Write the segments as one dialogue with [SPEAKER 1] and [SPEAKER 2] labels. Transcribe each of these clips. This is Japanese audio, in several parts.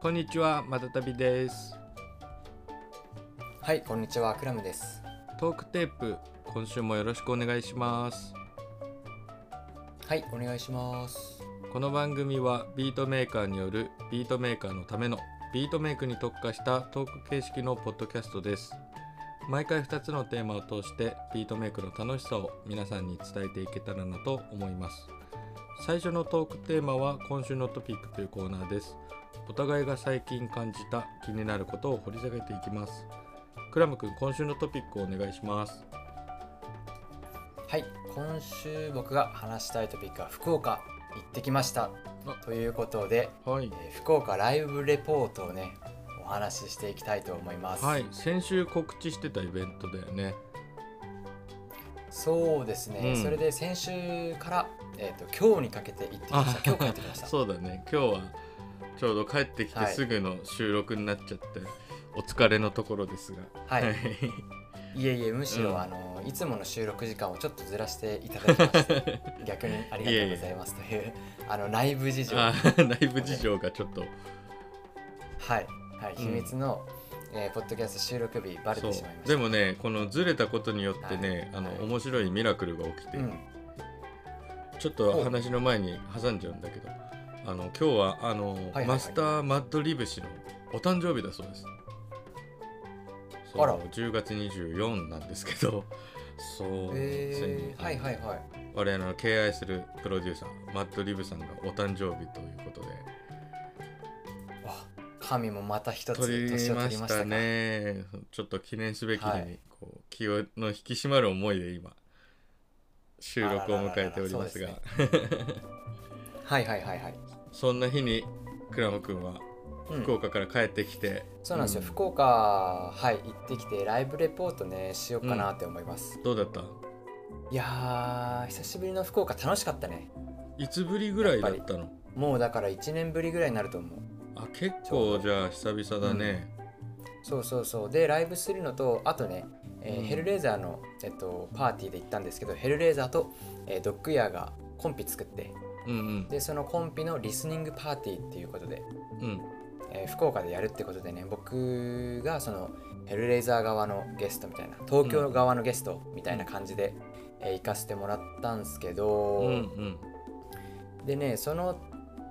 [SPEAKER 1] こんにちは、またたびです。
[SPEAKER 2] はい、こんにちは、クラムです。
[SPEAKER 1] トークテープ、今週もよろしくお願いします。
[SPEAKER 2] はい、お願いします。
[SPEAKER 1] この番組はビートメーカーによるビートメーカーのためのビートメイクに特化したトーク形式のポッドキャストです。毎回2つのテーマを通してビートメイクの楽しさを皆さんに伝えていけたらなと思います。最初のトークテーマは今週のトピックというコーナーです。お互いが最近感じた気になることを掘り下げていきます。クラム君、今週のトピックをお願いします。
[SPEAKER 2] はい、今週僕が話したいトピックは福岡行ってきました
[SPEAKER 1] あ
[SPEAKER 2] ということで、
[SPEAKER 1] はい
[SPEAKER 2] え。ー福岡ライブレポートをね、お話ししていきたいと思います。
[SPEAKER 1] はい、先週告知してたイベントだよね。
[SPEAKER 2] そうですね。
[SPEAKER 1] うん
[SPEAKER 2] それで先週からえっ、と今日にかけて行ってきました。今日帰ってきました。
[SPEAKER 1] そうだね、今日はちょうど帰ってきて
[SPEAKER 2] はい
[SPEAKER 1] すぐの収録になっちゃって、お疲れのところですが。
[SPEAKER 2] はい。い、えいえ、むしろ、
[SPEAKER 1] うん
[SPEAKER 2] あのいつもの収録時間をちょっとずらしていただきま して、逆にありがとうございますというあの内部事情。
[SPEAKER 1] あー内部事情がちょっと、
[SPEAKER 2] はい、は
[SPEAKER 1] う
[SPEAKER 2] い、
[SPEAKER 1] ん
[SPEAKER 2] 秘密の、えーポッドキャスト収録日バレ
[SPEAKER 1] そう
[SPEAKER 2] てしまいました。
[SPEAKER 1] でもねこのずれたことによってね、
[SPEAKER 2] はい
[SPEAKER 1] あの
[SPEAKER 2] はい
[SPEAKER 1] 面白いミラクルが起きて、
[SPEAKER 2] うん、
[SPEAKER 1] ちょっと話の前に挟んじゃうんだけどあの今日はあの、
[SPEAKER 2] はいはい
[SPEAKER 1] マスター・マッド・リブ氏のお誕生日だそうです。そう
[SPEAKER 2] あら
[SPEAKER 1] 10月24なんですけどそう、
[SPEAKER 2] えー、
[SPEAKER 1] つ
[SPEAKER 2] はい
[SPEAKER 1] に
[SPEAKER 2] はいはい。
[SPEAKER 1] 我々の敬愛するプロデューサーマッド・リブさんがお誕生日ということで
[SPEAKER 2] わ神もまた一つ
[SPEAKER 1] 取り
[SPEAKER 2] 年を
[SPEAKER 1] ま
[SPEAKER 2] 取り
[SPEAKER 1] し
[SPEAKER 2] ました
[SPEAKER 1] た
[SPEAKER 2] か。
[SPEAKER 1] ねちょっと記念すべき日に、
[SPEAKER 2] はい
[SPEAKER 1] こう気をの引き締まる思いで今収録を迎えておりますが
[SPEAKER 2] あらはいはいはいはい。
[SPEAKER 1] そんな日にクラム君は
[SPEAKER 2] うん
[SPEAKER 1] 福岡から帰ってきて、
[SPEAKER 2] そうなんですよ、
[SPEAKER 1] うん
[SPEAKER 2] 福岡はい行ってきてライブレポートねしようかなって思います、
[SPEAKER 1] どうだった
[SPEAKER 2] いやー久しぶりの福岡楽しかったね
[SPEAKER 1] いつぶりぐらいだったの
[SPEAKER 2] もうだから1年ぶりぐらいになると思う
[SPEAKER 1] あ結構じゃあ久々だね、
[SPEAKER 2] そうそうそうでライブするのとあとね、えー
[SPEAKER 1] うん
[SPEAKER 2] ヘルレーザーの、えっと、パーティーで行ったんですけどヘルレーザーと、えードッグイヤーがコンピ作って
[SPEAKER 1] うん、うん
[SPEAKER 2] でそのコンピのリスニングパーティーっていうことで、
[SPEAKER 1] うん
[SPEAKER 2] えー福岡でやるってことでね僕がそのヘルレイザー側のゲストみたいな東京側のゲストみたいな感じで、えー行かせてもらったんですけど、
[SPEAKER 1] うんうん
[SPEAKER 2] でねその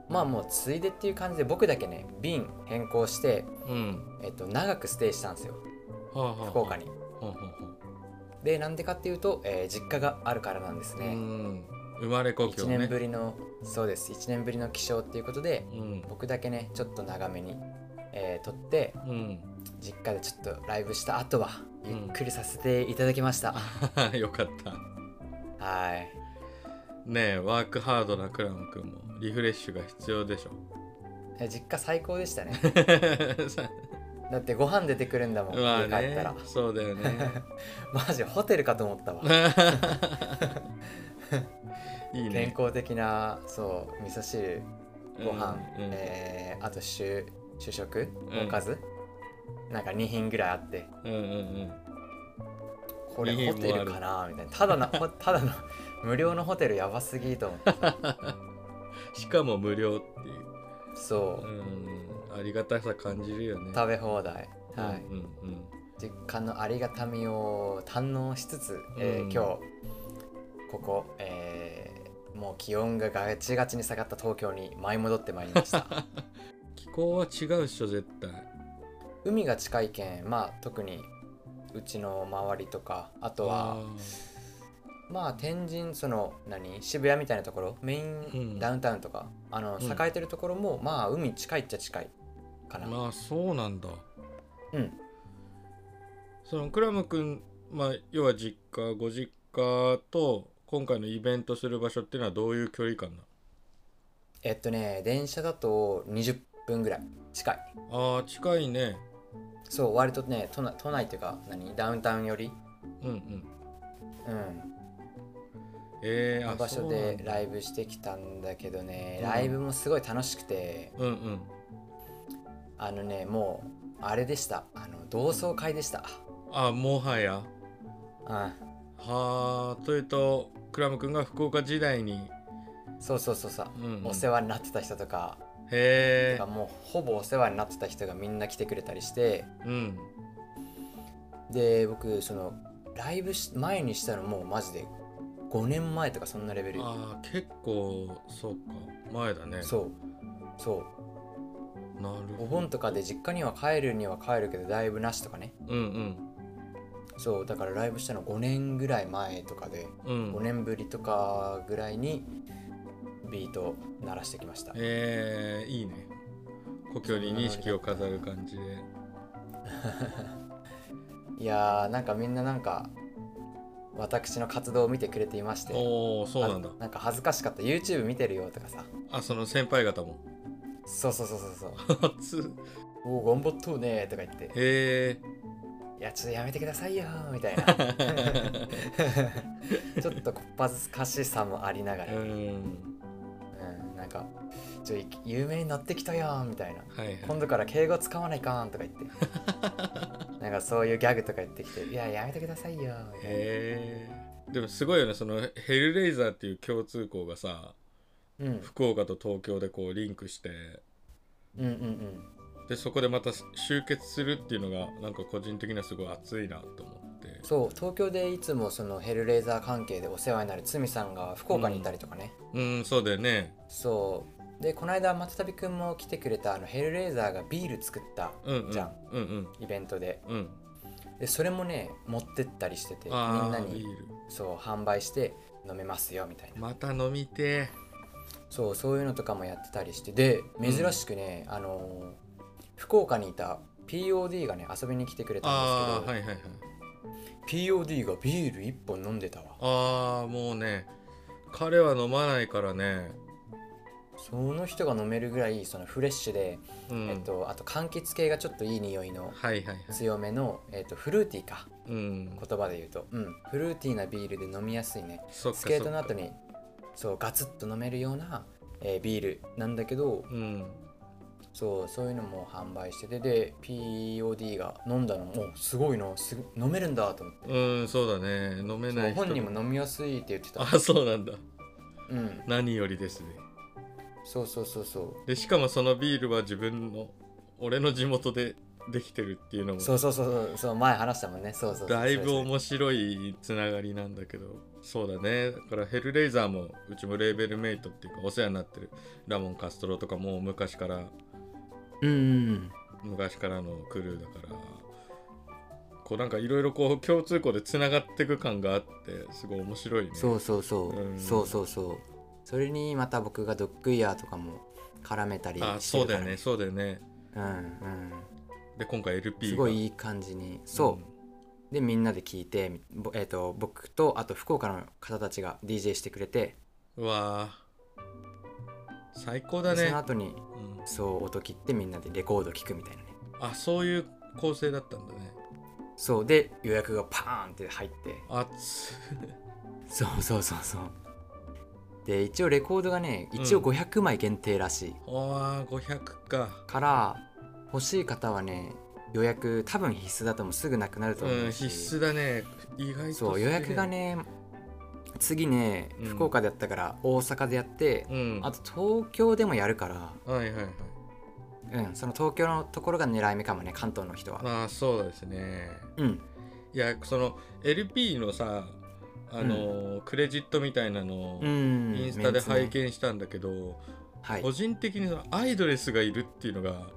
[SPEAKER 2] まあもうついでっていう感じで僕だけね便変更して、
[SPEAKER 1] うん
[SPEAKER 2] えっと、長くステイしたんですよ
[SPEAKER 1] はあはあはあ
[SPEAKER 2] 福岡に。
[SPEAKER 1] はあはあはあ
[SPEAKER 2] でなんでかっていうと、えー実家があるからなんです
[SPEAKER 1] う
[SPEAKER 2] ね。
[SPEAKER 1] ん生まれ故
[SPEAKER 2] 1
[SPEAKER 1] 郷ね
[SPEAKER 2] 年ぶりのそうです1年ぶりの起床っていうことで
[SPEAKER 1] うん
[SPEAKER 2] 僕だけねちょっと長めに、えー撮って
[SPEAKER 1] うん
[SPEAKER 2] 実家でちょっとライブした後はゆっくりさせていただきました、
[SPEAKER 1] あよかった
[SPEAKER 2] はい
[SPEAKER 1] ねえワークハードなクラム君もリフレッシュが必要で しょ
[SPEAKER 2] え実家最高でしたね
[SPEAKER 1] さ
[SPEAKER 2] だってご飯出てくるんだもん、
[SPEAKER 1] まあ
[SPEAKER 2] 家帰った
[SPEAKER 1] ね
[SPEAKER 2] ら
[SPEAKER 1] そうだよ ね
[SPEAKER 2] マジホテルかと思った わ
[SPEAKER 1] いい
[SPEAKER 2] 健
[SPEAKER 1] ね
[SPEAKER 2] 康的なそう味噌汁ご飯、
[SPEAKER 1] うんうん
[SPEAKER 2] えーあと主主食おかず、なんか2品ぐらいあって
[SPEAKER 1] うんうん
[SPEAKER 2] これ
[SPEAKER 1] いいも
[SPEAKER 2] ホ
[SPEAKER 1] ん
[SPEAKER 2] テルかなみたいなただの ほただの無料のホテルやばすぎと思って
[SPEAKER 1] うんしかも無料っていう、、
[SPEAKER 2] そううん
[SPEAKER 1] ありがたさ感じるよね
[SPEAKER 2] 食べ放題はい、
[SPEAKER 1] うんうん
[SPEAKER 2] 実家のありがたみを堪能しつつ、えー
[SPEAKER 1] うん
[SPEAKER 2] 今日ここ、えーもう気温がガチガチに下がった東京に舞い戻ってまいりました
[SPEAKER 1] うん気候は違うっしょ絶対
[SPEAKER 2] 海が近い県まあ特にうちの周りとかあとはまあ天神その何渋谷みたいなところメイ
[SPEAKER 1] うん
[SPEAKER 2] ンダウンタウンとか、あの
[SPEAKER 1] うん
[SPEAKER 2] 栄えてるところも、まあ海近いっちゃ近い
[SPEAKER 1] あ
[SPEAKER 2] か
[SPEAKER 1] ー
[SPEAKER 2] な、
[SPEAKER 1] まあそうなんだ
[SPEAKER 2] うん
[SPEAKER 1] そのクラム君、まあ、要は実家ご実家と今回のイベントする場所っていうのはどういう距離感な
[SPEAKER 2] えっとね電車だと20分ぐらい近い
[SPEAKER 1] のあー近いね
[SPEAKER 2] そう割とね都内都内っていうか何ダウンタウンより
[SPEAKER 1] うんうん
[SPEAKER 2] うん
[SPEAKER 1] えー、あ
[SPEAKER 2] の場所
[SPEAKER 1] そうな
[SPEAKER 2] で
[SPEAKER 1] んだ
[SPEAKER 2] ライブしてきたんだけどね
[SPEAKER 1] うん
[SPEAKER 2] ライブもすごい楽しくて
[SPEAKER 1] うんうん
[SPEAKER 2] あのねもうあれでしたあの同窓会でした
[SPEAKER 1] あもはや
[SPEAKER 2] うん
[SPEAKER 1] はあというとクラム君が福岡時代に、
[SPEAKER 2] そうそうそうそう
[SPEAKER 1] うんうん
[SPEAKER 2] お世話になってた人とかだ
[SPEAKER 1] へ
[SPEAKER 2] からもうほぼお世話になってた人がみんな来てくれたりして
[SPEAKER 1] えうん
[SPEAKER 2] で僕そのライブし前にしたのもうマジで5年前とかそんなレベル
[SPEAKER 1] あー結構そうか前だね
[SPEAKER 2] そうそう
[SPEAKER 1] なるほど
[SPEAKER 2] お盆とかで実家には帰るには帰るけどライブなしとかね
[SPEAKER 1] うん
[SPEAKER 2] そうだからライブしたの5年ぐらい前とかで
[SPEAKER 1] うん
[SPEAKER 2] 5
[SPEAKER 1] うん
[SPEAKER 2] 年ぶりとかぐらいにビートを鳴らしてきました
[SPEAKER 1] えー、いいね故郷に錦を飾る感じで
[SPEAKER 2] いやーなんかみんななんか私の活動を見てくれていまして
[SPEAKER 1] おおそうなんだ
[SPEAKER 2] あなんか恥ずかしかった YouTube 見てるよとかさ
[SPEAKER 1] あその先輩方も
[SPEAKER 2] そうそうそうそうそう
[SPEAKER 1] 初
[SPEAKER 2] おお頑張っとうねとか言って
[SPEAKER 1] へえ
[SPEAKER 2] いやちょっとやめてくださいよーみた いなちょっとこっぱずかしさもありながら、
[SPEAKER 1] う
[SPEAKER 2] うん
[SPEAKER 1] ん
[SPEAKER 2] なんかちょい有名になってきたよーみたいな
[SPEAKER 1] はいは
[SPEAKER 2] 今
[SPEAKER 1] い
[SPEAKER 2] 度から敬語使わないかんとか言って なんかそういうギャグとか言ってきていややめてくださいよーみたい
[SPEAKER 1] へ
[SPEAKER 2] な
[SPEAKER 1] えでもすごいよねそのヘルレイザーっていう共通項がさ
[SPEAKER 2] うん
[SPEAKER 1] 福岡と東京でこうリンクして
[SPEAKER 2] うんうんうん
[SPEAKER 1] でそこでまた集結するっていうのがなんか個人的にはすごい熱いなと思って
[SPEAKER 2] そう東京でいつもそのヘルレイザー関係でお世話になるつみさんが福岡にいたりとかね、
[SPEAKER 1] うんそうだよね
[SPEAKER 2] そうでこの間松旅くんも来てくれたあのヘルレイザーがビール作った
[SPEAKER 1] うんうん
[SPEAKER 2] じゃん
[SPEAKER 1] うんうん
[SPEAKER 2] イベントで
[SPEAKER 1] うん
[SPEAKER 2] でそれもね持ってったりしててみん
[SPEAKER 1] ああ
[SPEAKER 2] な
[SPEAKER 1] ビ
[SPEAKER 2] に
[SPEAKER 1] ール
[SPEAKER 2] そう販売して飲めますよみたいな
[SPEAKER 1] また飲みて
[SPEAKER 2] そうそういうのとかもやってたりしてで珍しくね、あのー福岡にいた POD がね遊びに来てくれた
[SPEAKER 1] あ
[SPEAKER 2] ん
[SPEAKER 1] あー
[SPEAKER 2] で
[SPEAKER 1] はいはいはい
[SPEAKER 2] すけど、POD がビール1本飲んでたわ
[SPEAKER 1] ああもうね彼は飲まないからね
[SPEAKER 2] その人が飲めるぐらいそのフレッシュで
[SPEAKER 1] うん
[SPEAKER 2] えっと、あと柑橘系がちょっといい匂いの
[SPEAKER 1] はいはいはい
[SPEAKER 2] 強めの、えっと、フルーティーか
[SPEAKER 1] うん
[SPEAKER 2] 言葉で言うと、うん、フルーティーなビールで飲みやすいね
[SPEAKER 1] そっか
[SPEAKER 2] スケートの
[SPEAKER 1] そっか
[SPEAKER 2] 後にそうガツッと飲めるような、えービールなんだけど
[SPEAKER 1] うん
[SPEAKER 2] そうそういうのも販売しててで POD が飲んだのもおすごいなすぐ飲めるんだと思って
[SPEAKER 1] うんそうだね飲めない
[SPEAKER 2] そう
[SPEAKER 1] 人
[SPEAKER 2] 本人も飲みやすいって言ってた、
[SPEAKER 1] あそうなんだ
[SPEAKER 2] うん、
[SPEAKER 1] 何よりですね
[SPEAKER 2] そうそうそうそう
[SPEAKER 1] でしかもそのビールは自分の俺の地元でできてるっていうのも
[SPEAKER 2] そうそうそうそうそう前話したもんねそうそうそう
[SPEAKER 1] だいぶ
[SPEAKER 2] そうですね
[SPEAKER 1] 面白いつながりなんだけどそうだねだからヘルレイザーもうちもレーベルメイトっていうかお世話になってるラモン・カストロとかもう昔から
[SPEAKER 2] うんうんうん
[SPEAKER 1] 昔からのクルーだからこうなんかいろいろこう共通項でつながっていく感があってすごい面白いね
[SPEAKER 2] そうそうそう、
[SPEAKER 1] うん
[SPEAKER 2] そうそうそうそれにまた僕がドッグイヤーとかも絡めたり
[SPEAKER 1] あ
[SPEAKER 2] して
[SPEAKER 1] そう
[SPEAKER 2] るか
[SPEAKER 1] だ
[SPEAKER 2] ら
[SPEAKER 1] よねそうだよね
[SPEAKER 2] うんうん
[SPEAKER 1] で今回 LP が
[SPEAKER 2] すごいいい感じにそうでみんなで聞いて、ぼえー、と僕とあと福岡の方たちが DJ してくれて、
[SPEAKER 1] うんうわー最高だ
[SPEAKER 2] でそ
[SPEAKER 1] ね
[SPEAKER 2] の、後に
[SPEAKER 1] うん
[SPEAKER 2] そう音切ってみんなでレコード聞くみたいなね
[SPEAKER 1] あそういう構成だったんだね
[SPEAKER 2] そうで予約がパーンって入って
[SPEAKER 1] 熱
[SPEAKER 2] そうそうそうそうで一応レコードがね一応
[SPEAKER 1] うん
[SPEAKER 2] 500枚限定らしい、
[SPEAKER 1] あ500か
[SPEAKER 2] から欲しい方はね予約多分必須だともすぐなくなると思
[SPEAKER 1] う
[SPEAKER 2] うんし、
[SPEAKER 1] 必須だね意外と
[SPEAKER 2] そう
[SPEAKER 1] すげ
[SPEAKER 2] 予
[SPEAKER 1] え
[SPEAKER 2] 約がね次ね
[SPEAKER 1] うん
[SPEAKER 2] 福岡でやったから大阪でやって、
[SPEAKER 1] うん
[SPEAKER 2] あと東京でもやるから、
[SPEAKER 1] はいはいはい
[SPEAKER 2] うん、その東京のところが狙い目かもね関東の人は、
[SPEAKER 1] まあそうですね
[SPEAKER 2] うん
[SPEAKER 1] いやその LP のさあの、クレジットみたいなのを
[SPEAKER 2] うん
[SPEAKER 1] インスタで拝
[SPEAKER 2] メンツね
[SPEAKER 1] 見したんだけど、
[SPEAKER 2] はい
[SPEAKER 1] 個人的にそのアイドレスがいるっていうのが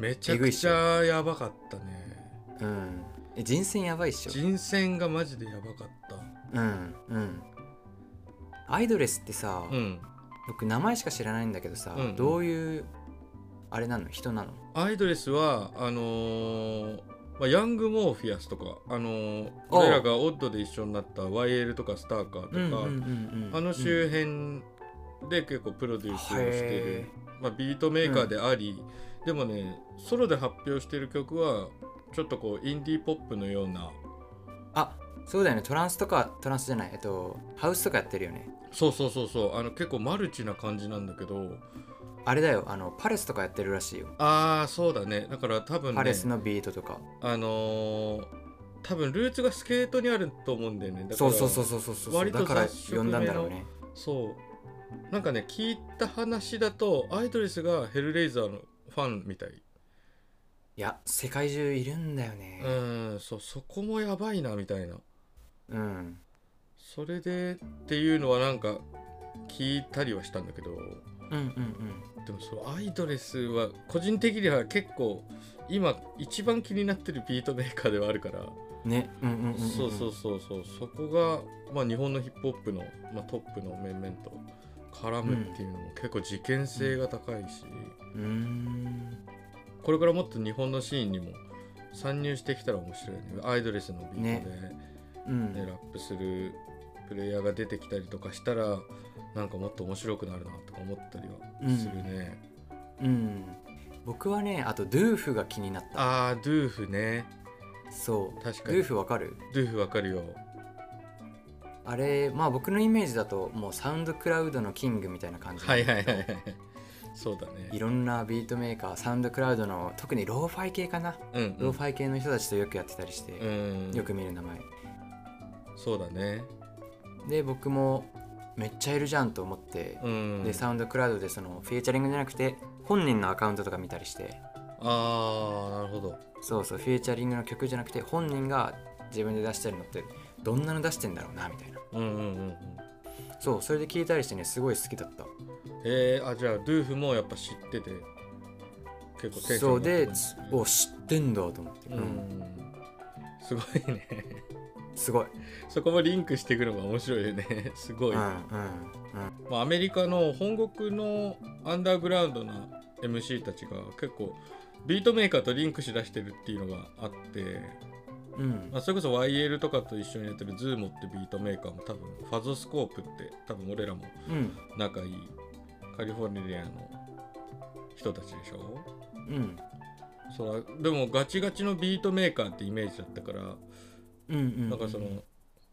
[SPEAKER 1] めちゃくちゃやばかったね
[SPEAKER 2] うんえ人選やばいっしょ
[SPEAKER 1] 人選がマジでやばかった
[SPEAKER 2] うんうんアイドレスってさ、
[SPEAKER 1] うん
[SPEAKER 2] 僕名前しか知らないんだけどさ、
[SPEAKER 1] うんうん
[SPEAKER 2] どういうあれなの人なの
[SPEAKER 1] アイドレスはあのーまあ、ヤング・モーフィアスとか、あのー
[SPEAKER 2] おう
[SPEAKER 1] 俺らがオッドで一緒になった YL とかスターカーとか、
[SPEAKER 2] ん
[SPEAKER 1] あの周辺で結構プロデュースをして
[SPEAKER 2] へ
[SPEAKER 1] る、まあ、ビートメーカーであり、でもねソロで発表してる曲はちょっとこうインディーポップのような
[SPEAKER 2] あそうだよねトランスとかトランスじゃないえっとハウスとかやってるよね
[SPEAKER 1] そうそうそうそうあの結構マルチな感じなんだけど
[SPEAKER 2] あれだよあのパレスとかやってるらしいよ、
[SPEAKER 1] ああそうだねだから多分
[SPEAKER 2] パ
[SPEAKER 1] ね
[SPEAKER 2] レスのビートとか
[SPEAKER 1] あのー多分ルーツがスケートにあると思うんだよねだから
[SPEAKER 2] そうそうそうそうそうそう
[SPEAKER 1] 割と
[SPEAKER 2] だから
[SPEAKER 1] 雑食
[SPEAKER 2] 呼んだんだろうね
[SPEAKER 1] そうなんかね聞いた話だとアイドレスがヘルレイザーのファンみたい
[SPEAKER 2] いや世界中いるんだよね
[SPEAKER 1] うんそうそこもやばいなみたいな
[SPEAKER 2] うん、
[SPEAKER 1] それでっていうのはなんか聞いたりはしたんだけど
[SPEAKER 2] うんうんうん
[SPEAKER 1] でもそうアイドレスは個人的には結構今一番気になってるビートメーカーではあるから、
[SPEAKER 2] ねうんうんうん、うん、
[SPEAKER 1] そうそうそうそうそこが、まあ、日本のヒップホップの、まあ、トップの面々と絡むっていうのも結構事件性が高いし、
[SPEAKER 2] うーん
[SPEAKER 1] これからもっと日本のシーンにも参入してきたら面白いねアイドレスのビートで、
[SPEAKER 2] うん、
[SPEAKER 1] ねラップするプレイヤーが出てきたりとかしたらなんかもっと面白くなるなとか思ったりはするね、
[SPEAKER 2] うん、僕はねあとドゥーフが気になった
[SPEAKER 1] ああドゥーフね
[SPEAKER 2] そう
[SPEAKER 1] 確か
[SPEAKER 2] ド
[SPEAKER 1] に
[SPEAKER 2] ゥーフわかる
[SPEAKER 1] ドゥーフわかるよ
[SPEAKER 2] あれまあ僕のイメージだともうサウンドクラウドのキングみたいな感じ
[SPEAKER 1] はいはいはいはいそうだね
[SPEAKER 2] いろんなビートメーカーサウンドクラウドの特にローファイ系かな、
[SPEAKER 1] うんう
[SPEAKER 2] ロー
[SPEAKER 1] ん
[SPEAKER 2] ファイ系の人たちとよくやってたりして、
[SPEAKER 1] うん
[SPEAKER 2] よく見る名前
[SPEAKER 1] そうだね
[SPEAKER 2] で僕もめっちゃいるじゃんと思って、
[SPEAKER 1] うん
[SPEAKER 2] でサウンドクラウドでそのフィーチャリングじゃなくて本人のアカウントとか見たりして
[SPEAKER 1] ああなるほど
[SPEAKER 2] そうそうフィーチャリングの曲じゃなくて本人が自分で出してるのってどんなの出してんだろうなみたいな
[SPEAKER 1] うんうんうんうん
[SPEAKER 2] そうそれで聞いたりしてねすごい好きだった
[SPEAKER 1] えー、あじゃあドゥーフもやっぱ知ってて結構テンション
[SPEAKER 2] そうで
[SPEAKER 1] 上がった
[SPEAKER 2] つ
[SPEAKER 1] 感じ
[SPEAKER 2] お知ってんだと思って、
[SPEAKER 1] う
[SPEAKER 2] うん
[SPEAKER 1] んすごいね
[SPEAKER 2] すごい、
[SPEAKER 1] そこもリンクしていくのが面白いよね すごい、
[SPEAKER 2] うんうん
[SPEAKER 1] まあ、アメリカの本国のアンダーグラウンドな MC たちが結構ビートメーカーとリンクしだしてるっていうのがあって、
[SPEAKER 2] うん
[SPEAKER 1] まあ、それこそ YL とかと一緒にやってるズームってビートメーカーも多分ファゾスコープって多分俺らも
[SPEAKER 2] うん
[SPEAKER 1] 仲いいカリフォルニアの人たちでしょ
[SPEAKER 2] うん
[SPEAKER 1] そうでもガチガチのビートメーカーってイメージだったから
[SPEAKER 2] うんうん
[SPEAKER 1] なんかその、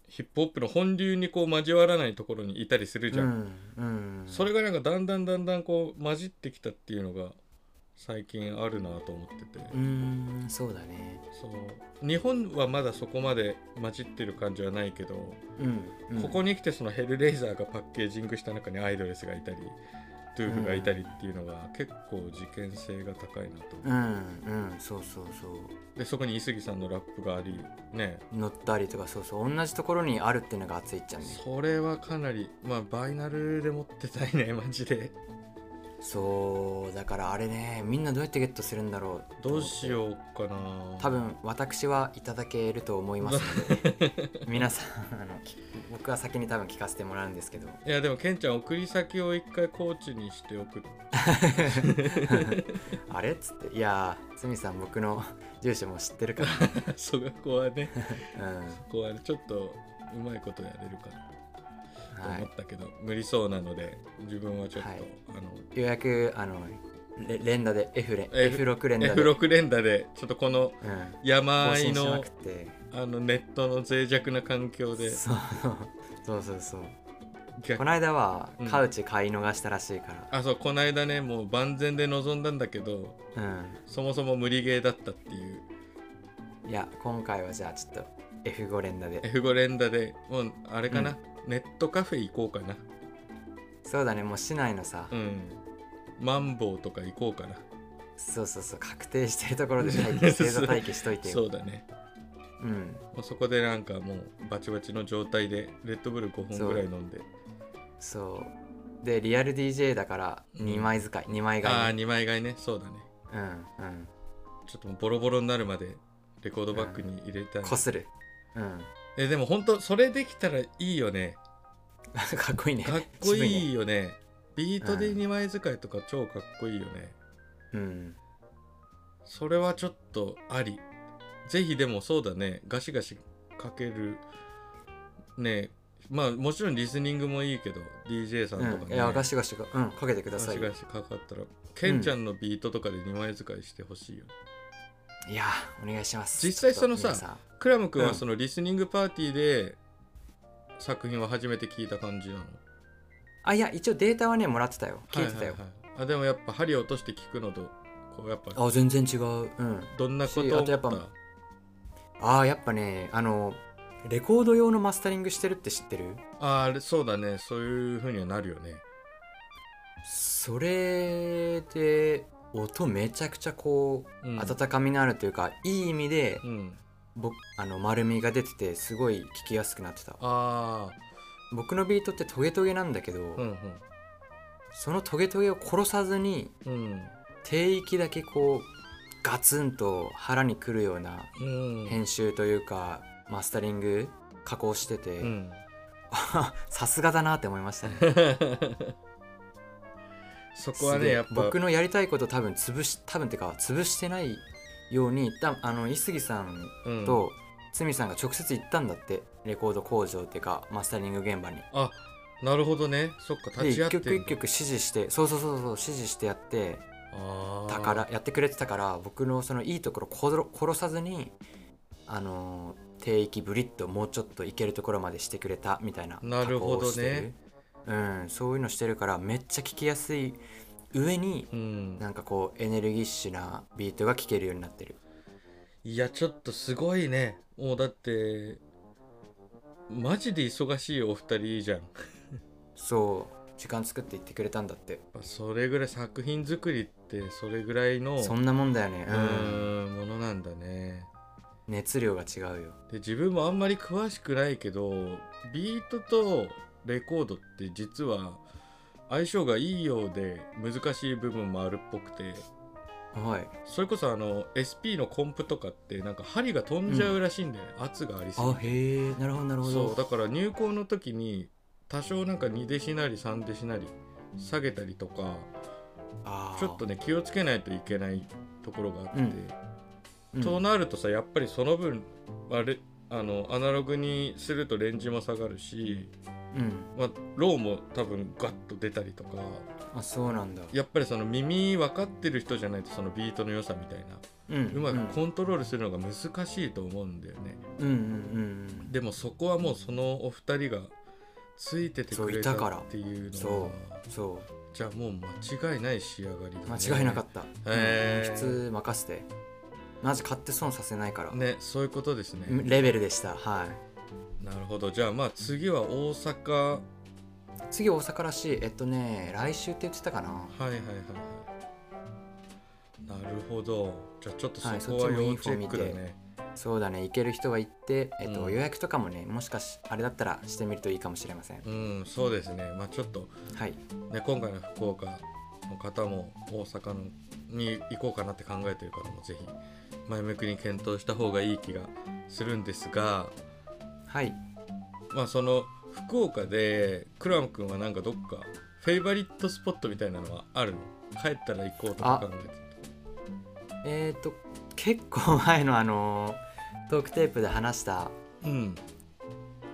[SPEAKER 1] ヒップホップの本流にこう交わらないところにいたりするじゃん、
[SPEAKER 2] うんうん
[SPEAKER 1] それがなんかだんだんだんだんこう混じってきたっていうのが最近あるなと思ってて、
[SPEAKER 2] うんそうだね
[SPEAKER 1] そう日本はまだそこまで混じってる感じはないけど、
[SPEAKER 2] うん、うん、
[SPEAKER 1] ここに来てそのヘルレイザーがパッケージングした中にアイドレスがいたりドゥーフがいたりっていうのが結構事件性が高いなと、
[SPEAKER 2] うんうんそうそうそう
[SPEAKER 1] でそこに伊杉さんのラップがありね
[SPEAKER 2] 乗ったりとかそうそう同じところにあるっていうのが熱いっちゃね
[SPEAKER 1] それはかなりまあバイナルで持ってたいねマジで
[SPEAKER 2] そうだからあれねみんなどうやってゲットするんだろう
[SPEAKER 1] どうし
[SPEAKER 2] う
[SPEAKER 1] ようかな
[SPEAKER 2] 多分私はいただけると思いますの で皆さんあのき僕は先に多分聞かせてもらうんですけど
[SPEAKER 1] いやでもケンちゃん送り先を一回コーチにしておく
[SPEAKER 2] あれっつっていやー鷲見さん僕の住所も知ってるか
[SPEAKER 1] そこは ね
[SPEAKER 2] ら、うん
[SPEAKER 1] そこはねちょっとうまいことやれるかなと
[SPEAKER 2] は
[SPEAKER 1] 思
[SPEAKER 2] い
[SPEAKER 1] っ、たけど、無理そうなので自分はちょっと、
[SPEAKER 2] はい
[SPEAKER 1] あの
[SPEAKER 2] ようやくあのれ連打で F 連
[SPEAKER 1] F-
[SPEAKER 2] F6 連 打で、うん、
[SPEAKER 1] F6 連打でちょっとこの山
[SPEAKER 2] 更
[SPEAKER 1] あい
[SPEAKER 2] 新しな
[SPEAKER 1] の
[SPEAKER 2] くて
[SPEAKER 1] あのネットの脆弱な環境で
[SPEAKER 2] そうそうそうそうこ
[SPEAKER 1] 逆
[SPEAKER 2] の間は
[SPEAKER 1] うん
[SPEAKER 2] カウチ買い逃したらしいか
[SPEAKER 1] あそうこの間ねもう万全で臨んだんだけど
[SPEAKER 2] ら、
[SPEAKER 1] そもそも無理ゲーだったっていう
[SPEAKER 2] うん、いや今回はじゃあちょっと F5 連打で
[SPEAKER 1] F5 連打でもうあれかな、ネットカフェ行こうかな
[SPEAKER 2] そうだねもう市内のさ、
[SPEAKER 1] うんマンボウとか行こうかな
[SPEAKER 2] そうそうそう確定してるところで待機正座待機しといてよ
[SPEAKER 1] そうだね
[SPEAKER 2] うん
[SPEAKER 1] もうそこでなんかもうバチバチの状態でレッドブル5本ぐらい飲んで
[SPEAKER 2] そうでリアル DJ だから
[SPEAKER 1] うん
[SPEAKER 2] 2枚使い、2枚
[SPEAKER 1] ああ
[SPEAKER 2] 買いね
[SPEAKER 1] 2枚買いねそうだね
[SPEAKER 2] うんうん
[SPEAKER 1] ちょっともうボロボロになるまでレコードバッグに入れたい、
[SPEAKER 2] こするうん
[SPEAKER 1] えでも本当それできたらいいよね
[SPEAKER 2] かっこいいね
[SPEAKER 1] かっこ
[SPEAKER 2] 渋ね
[SPEAKER 1] いいよ ねビートで
[SPEAKER 2] うん
[SPEAKER 1] 2枚使いとか超かっこいいよね、
[SPEAKER 2] うん
[SPEAKER 1] それはちょっとありぜひでもそうだねガシガシかけるねまあもちろんリスニングもいいけど DJ さんとかね、
[SPEAKER 2] うん、いやガシガシがうんかけてくだ
[SPEAKER 1] ガ
[SPEAKER 2] さい
[SPEAKER 1] シガシかかったらケンちゃんのビートとかで2枚使いしてほしいよ、
[SPEAKER 2] いやお願いします
[SPEAKER 1] 実際
[SPEAKER 2] ちょっと
[SPEAKER 1] そのさ
[SPEAKER 2] 皆ん
[SPEAKER 1] クラム君
[SPEAKER 2] う
[SPEAKER 1] は
[SPEAKER 2] ん
[SPEAKER 1] そのリスニングパーティーで作品を初めて聞いた感じなの
[SPEAKER 2] あいや一応データはねもらってたよ聞いてたよ、
[SPEAKER 1] はいはいはいあでもやっぱ針落として聞くのとこうやっぱ
[SPEAKER 2] あ全然違ううん
[SPEAKER 1] どんなこと
[SPEAKER 2] し
[SPEAKER 1] 思
[SPEAKER 2] あ
[SPEAKER 1] っ
[SPEAKER 2] とや
[SPEAKER 1] た
[SPEAKER 2] っぱあーやっぱねあのレコード用のマスタリングしてるって知ってる
[SPEAKER 1] ああれそうだねそういうふうにはなるよね
[SPEAKER 2] それで音めちゃくちゃこう
[SPEAKER 1] うん
[SPEAKER 2] 温かみのあるというか、いい意味で
[SPEAKER 1] うん
[SPEAKER 2] 僕あの丸みが出ててすごい聞きやすくなってた
[SPEAKER 1] あ
[SPEAKER 2] 僕のビートってトゲトゲなんだけど、
[SPEAKER 1] あうん
[SPEAKER 2] そのトゲトゲを殺さずに
[SPEAKER 1] うん
[SPEAKER 2] 低域だけこうガツンと腹にくるような
[SPEAKER 1] うん
[SPEAKER 2] 編集というか、マスタリング加工してて、
[SPEAKER 1] うん
[SPEAKER 2] さすがだなって思いましたね
[SPEAKER 1] そ こは
[SPEAKER 2] すげ
[SPEAKER 1] ね
[SPEAKER 2] え
[SPEAKER 1] やっぱ
[SPEAKER 2] 僕のやりたいこと多分潰し多分ってか潰してないようにたあの伊杉さん
[SPEAKER 1] うん
[SPEAKER 2] とつみさんが直接行ったんだってレコード工場っていうかマスタリング現場に
[SPEAKER 1] あなるほどねそっか
[SPEAKER 2] で
[SPEAKER 1] 立ち会
[SPEAKER 2] 一
[SPEAKER 1] って
[SPEAKER 2] 曲
[SPEAKER 1] ん
[SPEAKER 2] 一
[SPEAKER 1] だ
[SPEAKER 2] 曲指示してそうそうそうそう指示してやって
[SPEAKER 1] あー
[SPEAKER 2] たからやってくれてたから僕のそのいいところ殺ろ殺さずにあのー低域ブリッともうちょっといけるところまでしてくれたみたいな
[SPEAKER 1] なるほどね
[SPEAKER 2] 加工をしてるうん、そういうのしてるからめっちゃ聞きやすい上に
[SPEAKER 1] うん
[SPEAKER 2] なんかこうエネルギッシュなビートが聴けるようになってる
[SPEAKER 1] いやちょっとすごいねもうだってマジで忙しいお二人じゃん
[SPEAKER 2] そう時間作って行ってくれたんだって
[SPEAKER 1] まあそれぐらい作品作りってそれぐらいの
[SPEAKER 2] そんなもんだよね
[SPEAKER 1] う
[SPEAKER 2] うん
[SPEAKER 1] んものなんだね
[SPEAKER 2] 熱量が違うよ
[SPEAKER 1] で自分もあんまり詳しくないけどビートとレコードって実は相性がいいようで難しい部分もあるっぽくて
[SPEAKER 2] はい
[SPEAKER 1] それこそあの SP のコンプとかってなんか針が飛んじゃうらしいんだよね、圧がありすぎ
[SPEAKER 2] あ
[SPEAKER 1] て
[SPEAKER 2] へえなるほどなるほ
[SPEAKER 1] そう
[SPEAKER 2] ど
[SPEAKER 1] だから入校の時に多少なんか2弟子なり3弟子なり下げたりとか
[SPEAKER 2] あー
[SPEAKER 1] ちょっとね気をつけないといけないところがあって、
[SPEAKER 2] うんうん
[SPEAKER 1] となるとさやっぱりその分あれあのアナログにするとレンジも下がるし、
[SPEAKER 2] うん
[SPEAKER 1] まあ、ローも多分ガッと出たりとか
[SPEAKER 2] あそうなんだ
[SPEAKER 1] やっぱりその耳分かってる人じゃないとそのビートの良さみたいな
[SPEAKER 2] うん
[SPEAKER 1] うま
[SPEAKER 2] ん
[SPEAKER 1] くコントロールするのが難しいと思うんだよね、
[SPEAKER 2] うんうん
[SPEAKER 1] でもそこはもうそのお二人がついててくれた
[SPEAKER 2] そういたから
[SPEAKER 1] っていうの
[SPEAKER 2] そ
[SPEAKER 1] は
[SPEAKER 2] うんそ
[SPEAKER 1] じゃあもう間違いない仕上がりだ、
[SPEAKER 2] う
[SPEAKER 1] ね、
[SPEAKER 2] 間違いなか
[SPEAKER 1] っ
[SPEAKER 2] った、
[SPEAKER 1] へー
[SPEAKER 2] うん普通任せてマジ買って損させないから、
[SPEAKER 1] ねそういうことですね、
[SPEAKER 2] レベルでしたはい
[SPEAKER 1] なるほどじゃあまあ次は大阪は
[SPEAKER 2] 次大阪らしいえっとね来週って言ってたかない
[SPEAKER 1] はいはいはいなるほどじゃあちょっとそ
[SPEAKER 2] はい
[SPEAKER 1] こは
[SPEAKER 2] そっちもイ
[SPEAKER 1] 要
[SPEAKER 2] ンフ
[SPEAKER 1] チ
[SPEAKER 2] ォ
[SPEAKER 1] ェッ
[SPEAKER 2] 見
[SPEAKER 1] ク
[SPEAKER 2] て
[SPEAKER 1] だね、
[SPEAKER 2] そうだね行ける人は行って、えっと
[SPEAKER 1] うん
[SPEAKER 2] 予約とかもねもしかしあれだったらしてみるといいかもしれません
[SPEAKER 1] うんそうですねまあちょっと
[SPEAKER 2] はい
[SPEAKER 1] ね今回の福岡の方も大阪のに行こうかなって考えてる方もぜひ前向きに検討した方がいい気がするんですが
[SPEAKER 2] はい
[SPEAKER 1] まあその福岡でクラム君はなんかどっかフェイバリットスポットみたいなのはあるの帰ったら行こうとか考えて
[SPEAKER 2] えっと結構前のあのートークテープで話した
[SPEAKER 1] うん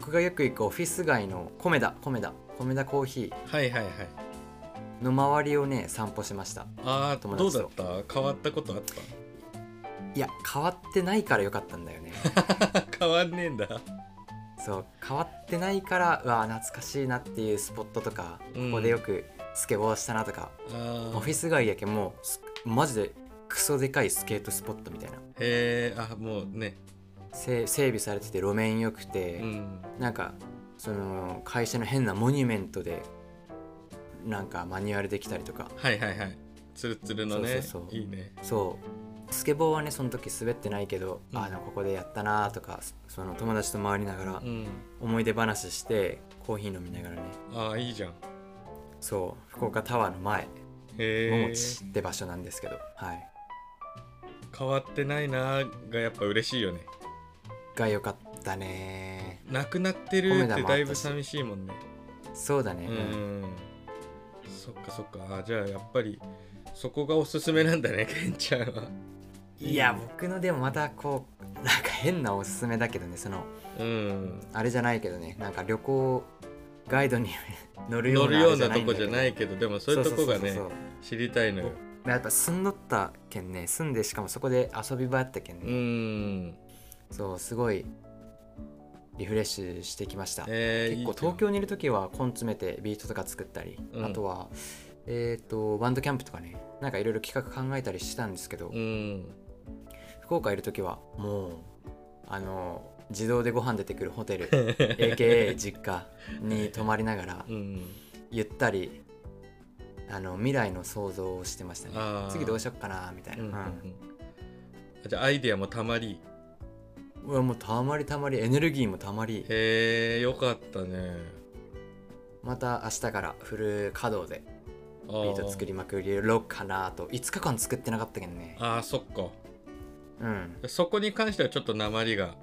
[SPEAKER 2] 僕がよく行くオフィス街のコメダコメダコメダコーヒ
[SPEAKER 1] はいはいはい
[SPEAKER 2] ーの周りをね散歩しました
[SPEAKER 1] ああ
[SPEAKER 2] 友
[SPEAKER 1] どう
[SPEAKER 2] 達
[SPEAKER 1] だ
[SPEAKER 2] と
[SPEAKER 1] った変わったことあっ
[SPEAKER 2] いや変わってないからよかったんだ よね
[SPEAKER 1] た変わんねえんだ
[SPEAKER 2] そう変わってないからうわ懐かしいなっていうスポットとか、
[SPEAKER 1] うん
[SPEAKER 2] ここでよくスケボーしたなとかオ
[SPEAKER 1] オ
[SPEAKER 2] フィ
[SPEAKER 1] ス
[SPEAKER 2] ス街やけもうすマジでクソでかいスケートスポットみたいな
[SPEAKER 1] へえあもうね
[SPEAKER 2] せ整備されてて路面良く
[SPEAKER 1] う
[SPEAKER 2] て、
[SPEAKER 1] ん
[SPEAKER 2] なんかその会社の変なモニュメントでなんかマニュアルできたりとか
[SPEAKER 1] はいはいはいツルツルのね
[SPEAKER 2] そうそうそう
[SPEAKER 1] いいね
[SPEAKER 2] そうスケボーはねその時滑ってないけど、
[SPEAKER 1] うん
[SPEAKER 2] あのここでやったなとかその友達と回りながら
[SPEAKER 1] うん
[SPEAKER 2] 思い出話してコーヒー飲みながらね
[SPEAKER 1] ああいいじゃん
[SPEAKER 2] そう福岡タワーの前
[SPEAKER 1] へ
[SPEAKER 2] 桃
[SPEAKER 1] え
[SPEAKER 2] 地って場所なんですけど、はい、
[SPEAKER 1] 変わってないなーがやっぱ嬉しいよね
[SPEAKER 2] が良かったね
[SPEAKER 1] なくなってるってだいぶ寂しいもんね
[SPEAKER 2] そうだ
[SPEAKER 1] う
[SPEAKER 2] ね、うん
[SPEAKER 1] んそっかそっかあーじゃあやっぱりそこがおすすめなんだね ケンちゃんはい
[SPEAKER 2] や僕のでもまたこうなんか変なおすすめだけどねその
[SPEAKER 1] うん
[SPEAKER 2] あれじゃないけどねなんか旅行ガイドに 乗るよ
[SPEAKER 1] 乗
[SPEAKER 2] うな
[SPEAKER 1] るようなとこじゃ
[SPEAKER 2] い
[SPEAKER 1] ないけどでもそういうとこがね知りたいのよ
[SPEAKER 2] やっぱ住んどったけんね住んでしかもそこで遊び場やったけん
[SPEAKER 1] う
[SPEAKER 2] ね、
[SPEAKER 1] ん
[SPEAKER 2] そうすごいリフレッシュしてきました、
[SPEAKER 1] えー
[SPEAKER 2] 結構
[SPEAKER 1] いいじゃん
[SPEAKER 2] 東京にいる時はコン詰めてビートとか作ったり、
[SPEAKER 1] うん
[SPEAKER 2] あとはえっ、とバンドキャンプとかねなんかいろいろ企画考えたりしてたんですけど、
[SPEAKER 1] うん
[SPEAKER 2] 福岡いる時はもうあの自動でご飯出てくるホテ ル AKA 実家に泊まりながら
[SPEAKER 1] うん
[SPEAKER 2] ゆったりあの未来の想像をしてましたね
[SPEAKER 1] あー
[SPEAKER 2] 次どうしよっかなみたい
[SPEAKER 1] うん
[SPEAKER 2] な、
[SPEAKER 1] うんうん
[SPEAKER 2] うん
[SPEAKER 1] あじゃあアイデアもたまり
[SPEAKER 2] うわもうたまりたまりエネルギーもたまり
[SPEAKER 1] へえよかったね
[SPEAKER 2] また明日からフル稼働で
[SPEAKER 1] ビ
[SPEAKER 2] ビート作りまくりろかなと5日間作ってなかったけどね
[SPEAKER 1] あーあーそっか
[SPEAKER 2] うん
[SPEAKER 1] そこに関してはちょっと鉛が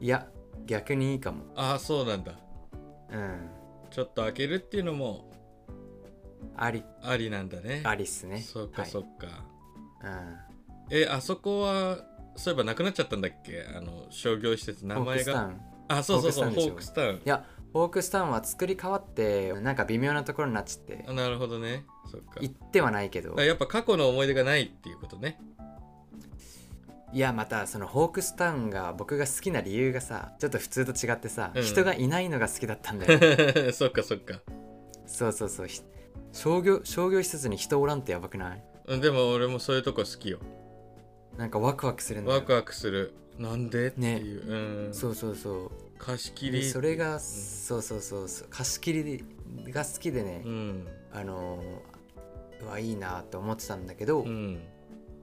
[SPEAKER 2] いや逆にいいかも
[SPEAKER 1] ああそうなんだ
[SPEAKER 2] うん
[SPEAKER 1] ちょっと開けるっていうのも
[SPEAKER 2] あり
[SPEAKER 1] ありなんだね
[SPEAKER 2] ありっすね
[SPEAKER 1] そっか
[SPEAKER 2] はい
[SPEAKER 1] そっか、
[SPEAKER 2] うん
[SPEAKER 1] えあそこはそういえばなくなっちゃったんだっけあの商業施設名
[SPEAKER 2] フォーク
[SPEAKER 1] 前
[SPEAKER 2] スタ
[SPEAKER 1] が
[SPEAKER 2] ウン
[SPEAKER 1] あそうそうそう
[SPEAKER 2] フ
[SPEAKER 1] フ
[SPEAKER 2] ォ
[SPEAKER 1] ォ
[SPEAKER 2] ー
[SPEAKER 1] ー
[SPEAKER 2] ク
[SPEAKER 1] ク
[SPEAKER 2] ス
[SPEAKER 1] スタウン
[SPEAKER 2] いやフォークスタウンは作り変わってなんか微妙なところになっちゃって
[SPEAKER 1] あなるほどねそっか
[SPEAKER 2] 行ってはないけど
[SPEAKER 1] あやっぱ過去の思い出がないっていうことね
[SPEAKER 2] いやまたそのホークスタウンが僕が好きな理由がさちょっと普通と違ってさ、
[SPEAKER 1] うん
[SPEAKER 2] 人がいないのが好きだったんだ よ
[SPEAKER 1] そっかそっか
[SPEAKER 2] そうそうそうひ商業商業施設に人おらんってやばくない
[SPEAKER 1] うんでも俺もそういうとこ好きよ
[SPEAKER 2] なんかワクワクするんだよ
[SPEAKER 1] ワクワクするなんでって
[SPEAKER 2] ね
[SPEAKER 1] いう、うん
[SPEAKER 2] そうそうそう
[SPEAKER 1] 貸し切
[SPEAKER 2] で
[SPEAKER 1] り
[SPEAKER 2] それが、そうそうそうそう貸し切りが好きでね、
[SPEAKER 1] うん
[SPEAKER 2] あのーうわいいなと思ってたんだけど、
[SPEAKER 1] うん、うん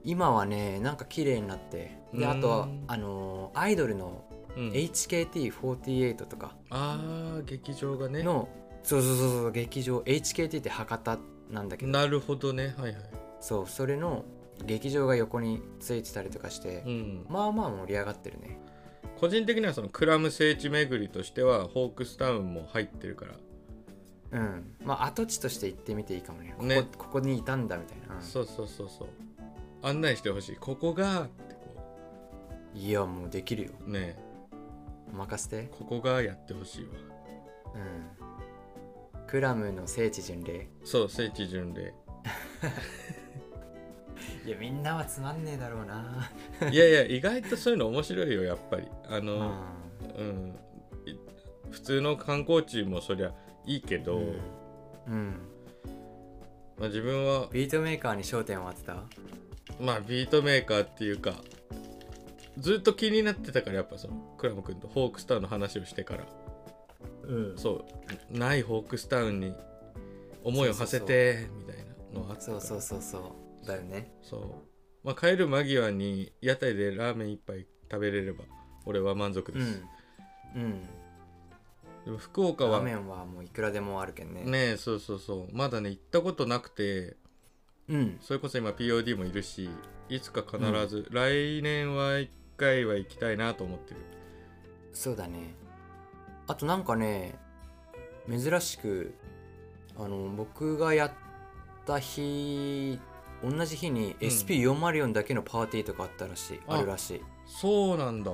[SPEAKER 2] 今はねなんか綺麗になって
[SPEAKER 1] う
[SPEAKER 2] で
[SPEAKER 1] ん
[SPEAKER 2] あとはあのーアイドルの
[SPEAKER 1] うん、
[SPEAKER 2] HKT48 とか
[SPEAKER 1] ああ劇場がね
[SPEAKER 2] の、そうそうそうそう劇場 HKT って博多なんだけど
[SPEAKER 1] なるほどねはいはい
[SPEAKER 2] そうそれの劇場が横についてたりとかして、
[SPEAKER 1] うん
[SPEAKER 2] まあまあ盛り上がってるね
[SPEAKER 1] 個人的にはそのクラム聖地巡りとしてはホークスタウンも入ってるから、
[SPEAKER 2] うんまあ跡地として行ってみていいかもねここ
[SPEAKER 1] ね
[SPEAKER 2] ここにいたんだみたいな、うん
[SPEAKER 1] そうそうそうそう案内してほしいここがってこ
[SPEAKER 2] いやもうできるよ
[SPEAKER 1] うね
[SPEAKER 2] 任せて
[SPEAKER 1] ここがやってほしいわ
[SPEAKER 2] うんクラムの聖地巡礼
[SPEAKER 1] そう聖地巡礼
[SPEAKER 2] いやみんなはつまんねえだろうない
[SPEAKER 1] やいや意外とそういうの面白いよやっぱりあ
[SPEAKER 2] う
[SPEAKER 1] の、
[SPEAKER 2] ん
[SPEAKER 1] うん、い普通の観光地もそりゃいいけど、
[SPEAKER 2] うん、うん
[SPEAKER 1] まあ、自分は、
[SPEAKER 2] ビートメーカーに焦点を当てた
[SPEAKER 1] まあ、ビートメーカーっていうかずっと気になってたからやっぱそのクラム君とホークスタウンの話をしてから
[SPEAKER 2] うん
[SPEAKER 1] そうないホークスタウンに思いを馳せてみたいなのあったか
[SPEAKER 2] そ
[SPEAKER 1] ら
[SPEAKER 2] うそうそうそうだよね
[SPEAKER 1] そうまあ、帰る間際に屋台でラーメン一杯食べれれば俺は満足
[SPEAKER 2] う
[SPEAKER 1] です、
[SPEAKER 2] んうん
[SPEAKER 1] でも福岡
[SPEAKER 2] 画
[SPEAKER 1] は
[SPEAKER 2] 面はもういくらでもあるけんね
[SPEAKER 1] ねえそうそうそうまだね行ったことなくて
[SPEAKER 2] うん
[SPEAKER 1] それこそ今 POD もいるしいつか必ず、来年は一回は行きたいなと思ってる
[SPEAKER 2] そうだねあとなんかね珍しくあの僕がやった日同じ日に
[SPEAKER 1] うん
[SPEAKER 2] SP404 だけのパーティーとかあったらしい、
[SPEAKER 1] あ
[SPEAKER 2] あるらしい、
[SPEAKER 1] そうなんだ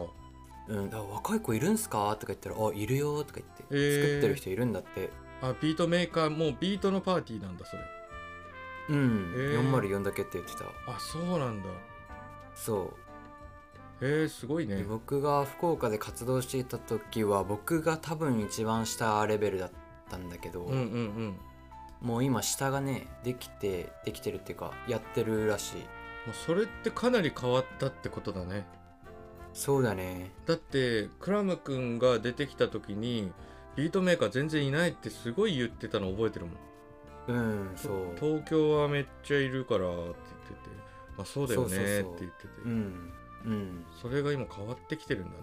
[SPEAKER 2] うん、だから若い子いるんすかとか言ったら「あいるよ」とか言っ
[SPEAKER 1] へ
[SPEAKER 2] て、
[SPEAKER 1] ー
[SPEAKER 2] 作ってる人いるんだって
[SPEAKER 1] あビートメーカーもうビートのパーティーなんだそれ
[SPEAKER 2] うん、
[SPEAKER 1] へー
[SPEAKER 2] 404だけって言ってた
[SPEAKER 1] あそうなんだ
[SPEAKER 2] そう
[SPEAKER 1] へえすごい
[SPEAKER 2] で
[SPEAKER 1] ね
[SPEAKER 2] 僕が福岡で活動していた時は僕が多分一番下レベルだったんだけど、
[SPEAKER 1] うんうんうん
[SPEAKER 2] もう今下がねできてできてるっていうかやってるらしい
[SPEAKER 1] もうそれってかなり変わったってことだね
[SPEAKER 2] そうだね
[SPEAKER 1] だってクラム君が出てきた時にビートメーカー全然いないってすごい言ってたの覚えてるもん
[SPEAKER 2] うんそう
[SPEAKER 1] 東京はめっちゃいるからって言ってて、まあ、そうだよねっ
[SPEAKER 2] そう
[SPEAKER 1] て
[SPEAKER 2] そうそう
[SPEAKER 1] 言ってて
[SPEAKER 2] うんうん
[SPEAKER 1] それが今変わってきてるんだね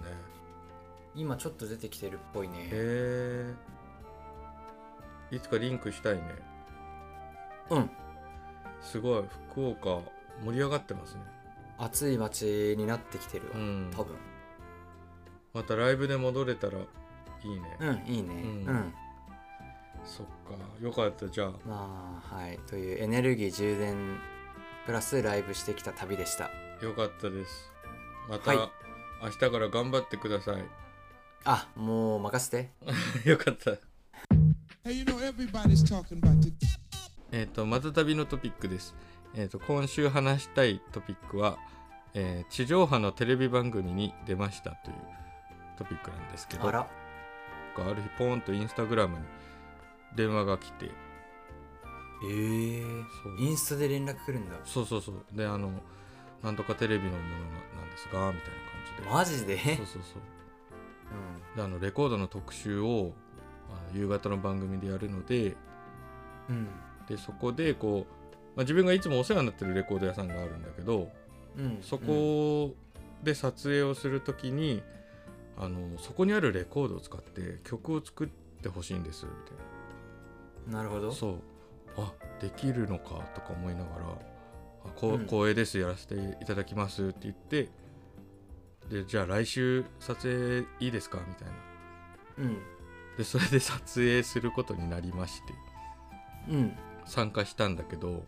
[SPEAKER 2] 今ちょっと出てきてるっぽいね
[SPEAKER 1] へえいつかリンクしたいね
[SPEAKER 2] うん
[SPEAKER 1] すごい福岡盛り上がってますね
[SPEAKER 2] 暑い街になってきてるわ、
[SPEAKER 1] うん
[SPEAKER 2] 多分
[SPEAKER 1] またライブで戻れたらいいね、
[SPEAKER 2] うんいいね
[SPEAKER 1] うん
[SPEAKER 2] うん、
[SPEAKER 1] そっかよかったじゃあ
[SPEAKER 2] まあはいというエネルギー充電プラスライブしてきた旅でした
[SPEAKER 1] よかったですまた、
[SPEAKER 2] はい
[SPEAKER 1] 明日から頑張ってください
[SPEAKER 2] あもう任せて
[SPEAKER 1] よかった
[SPEAKER 3] Hey, you know everybody's talking about the
[SPEAKER 1] えっ、とまた旅のトピックですえっ、と今週話したいトピックは、えー地上波のテレビ番組に出ましたというトピックなんですけど
[SPEAKER 2] あら
[SPEAKER 1] なんかある日ポーンとインスタグラムに電話が来て
[SPEAKER 2] ええ
[SPEAKER 1] そう
[SPEAKER 2] インスタで連絡来るんだ
[SPEAKER 1] そうそうそうであのなんとかテレビのものなんですがみたいな感
[SPEAKER 2] マジで、
[SPEAKER 1] じでそうそうそうであのレコードの特集をあの夕方の番組でやるので
[SPEAKER 2] ううん
[SPEAKER 1] でそこでこう、まあ、自分がいつもお世話になってるレコード屋さんがあるんだけど
[SPEAKER 2] うん
[SPEAKER 1] そこで撮影をするときに、あのそこにあるレコードを使って曲を作ってほしいんですみたい
[SPEAKER 2] なるほど
[SPEAKER 1] なそうあできるのかとか思いながら「あこう
[SPEAKER 2] うん
[SPEAKER 1] 光栄ですやらせていただきます」って言ってでじゃあ来週撮影いいですかみたいな
[SPEAKER 2] うん
[SPEAKER 1] でそれで撮影することになりまして
[SPEAKER 2] うん
[SPEAKER 1] 参加したんだけど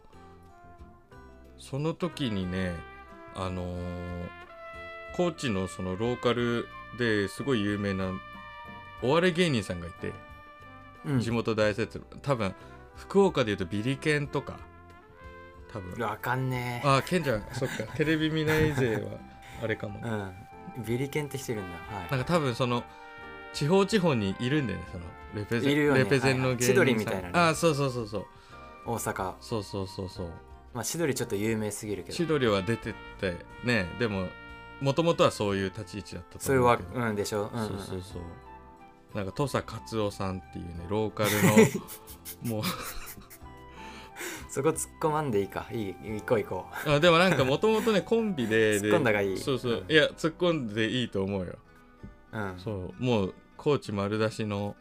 [SPEAKER 1] その時にねあのー高知のそのローカルですごい有名なお笑い芸人さんがいて
[SPEAKER 2] うん
[SPEAKER 1] 地元大説多分福岡でいうとビリケンとか多分
[SPEAKER 2] わかんねえ
[SPEAKER 1] あケンちゃん そっかテレビ見ない勢はあれかも
[SPEAKER 2] うんビリケンって人いるんだ
[SPEAKER 1] な
[SPEAKER 2] は
[SPEAKER 1] んか多分その地方地方にいるんだよねそのレペゼン
[SPEAKER 2] いるよね
[SPEAKER 1] レペゼンの芸人さん、
[SPEAKER 2] 千鳥みたいなね
[SPEAKER 1] あそうそうそうそう
[SPEAKER 2] い大阪
[SPEAKER 1] そうそうそうそう
[SPEAKER 2] まあしどりちょっと有名すぎるけ
[SPEAKER 1] 千
[SPEAKER 2] ど
[SPEAKER 1] 鳥は出てってねでももともとはそういう立ち位置だった
[SPEAKER 2] そ
[SPEAKER 1] と
[SPEAKER 2] れ
[SPEAKER 1] 思
[SPEAKER 2] は
[SPEAKER 1] うけど
[SPEAKER 2] うんでしょうんうん
[SPEAKER 1] そうそうそうなんか土佐勝夫さんっていうねローカル のも
[SPEAKER 2] そこ突っ込まんでいいかいい行こう行こ
[SPEAKER 1] うあでもなんかもともとねコンビ でで
[SPEAKER 2] 突っ込んだがいい
[SPEAKER 1] そうそう
[SPEAKER 2] うん
[SPEAKER 1] いや突っ込んでいいと思うよ
[SPEAKER 2] ううん
[SPEAKER 1] そうもう高知丸出しの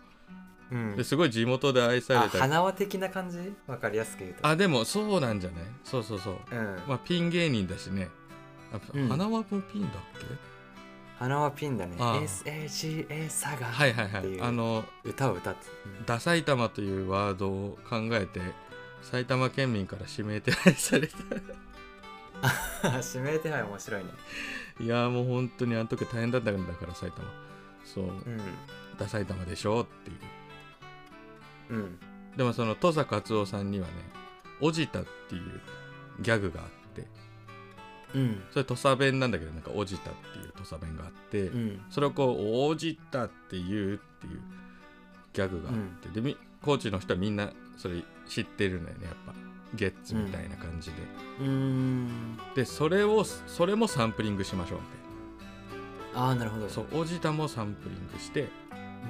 [SPEAKER 2] うん
[SPEAKER 1] ですごい地元で愛さ
[SPEAKER 2] あ
[SPEAKER 1] れた
[SPEAKER 2] 花輪的な感じわかりやすく言うと
[SPEAKER 1] あでもそうなんじゃないそうそうそう
[SPEAKER 2] うん
[SPEAKER 1] まあピン芸人だしねあ
[SPEAKER 2] うん
[SPEAKER 1] 花輪もピンだっけ
[SPEAKER 2] 花輪ピンだね
[SPEAKER 1] ああ
[SPEAKER 2] SAGA サガ
[SPEAKER 1] はいはいは
[SPEAKER 2] ってい
[SPEAKER 1] いうあの
[SPEAKER 2] 歌を歌って
[SPEAKER 1] ダ埼玉というワードを考えて埼玉県民から指名手配された
[SPEAKER 2] 指名手配面白いね
[SPEAKER 1] いやーもう本当にあの時大変だったんだから埼玉そう
[SPEAKER 2] うん
[SPEAKER 1] ダ埼玉でしょっていう
[SPEAKER 2] うん
[SPEAKER 1] でもその土佐勝夫さんにはね「おじた」っていうギャグがあって
[SPEAKER 2] うん
[SPEAKER 1] それ土佐弁なんだけどなんか「おじた」っていう土佐弁があって、
[SPEAKER 2] うん
[SPEAKER 1] それをこう「おじた」っていうっていうギャグがあって、でみ高知の人はみんなそれ知ってるんだよねやっぱゲッツみたいな感じで、
[SPEAKER 2] うーん
[SPEAKER 1] でそれをそれもサンプリングしましょうみたい
[SPEAKER 2] ああなるほど
[SPEAKER 1] なそうおじたもサンプリングして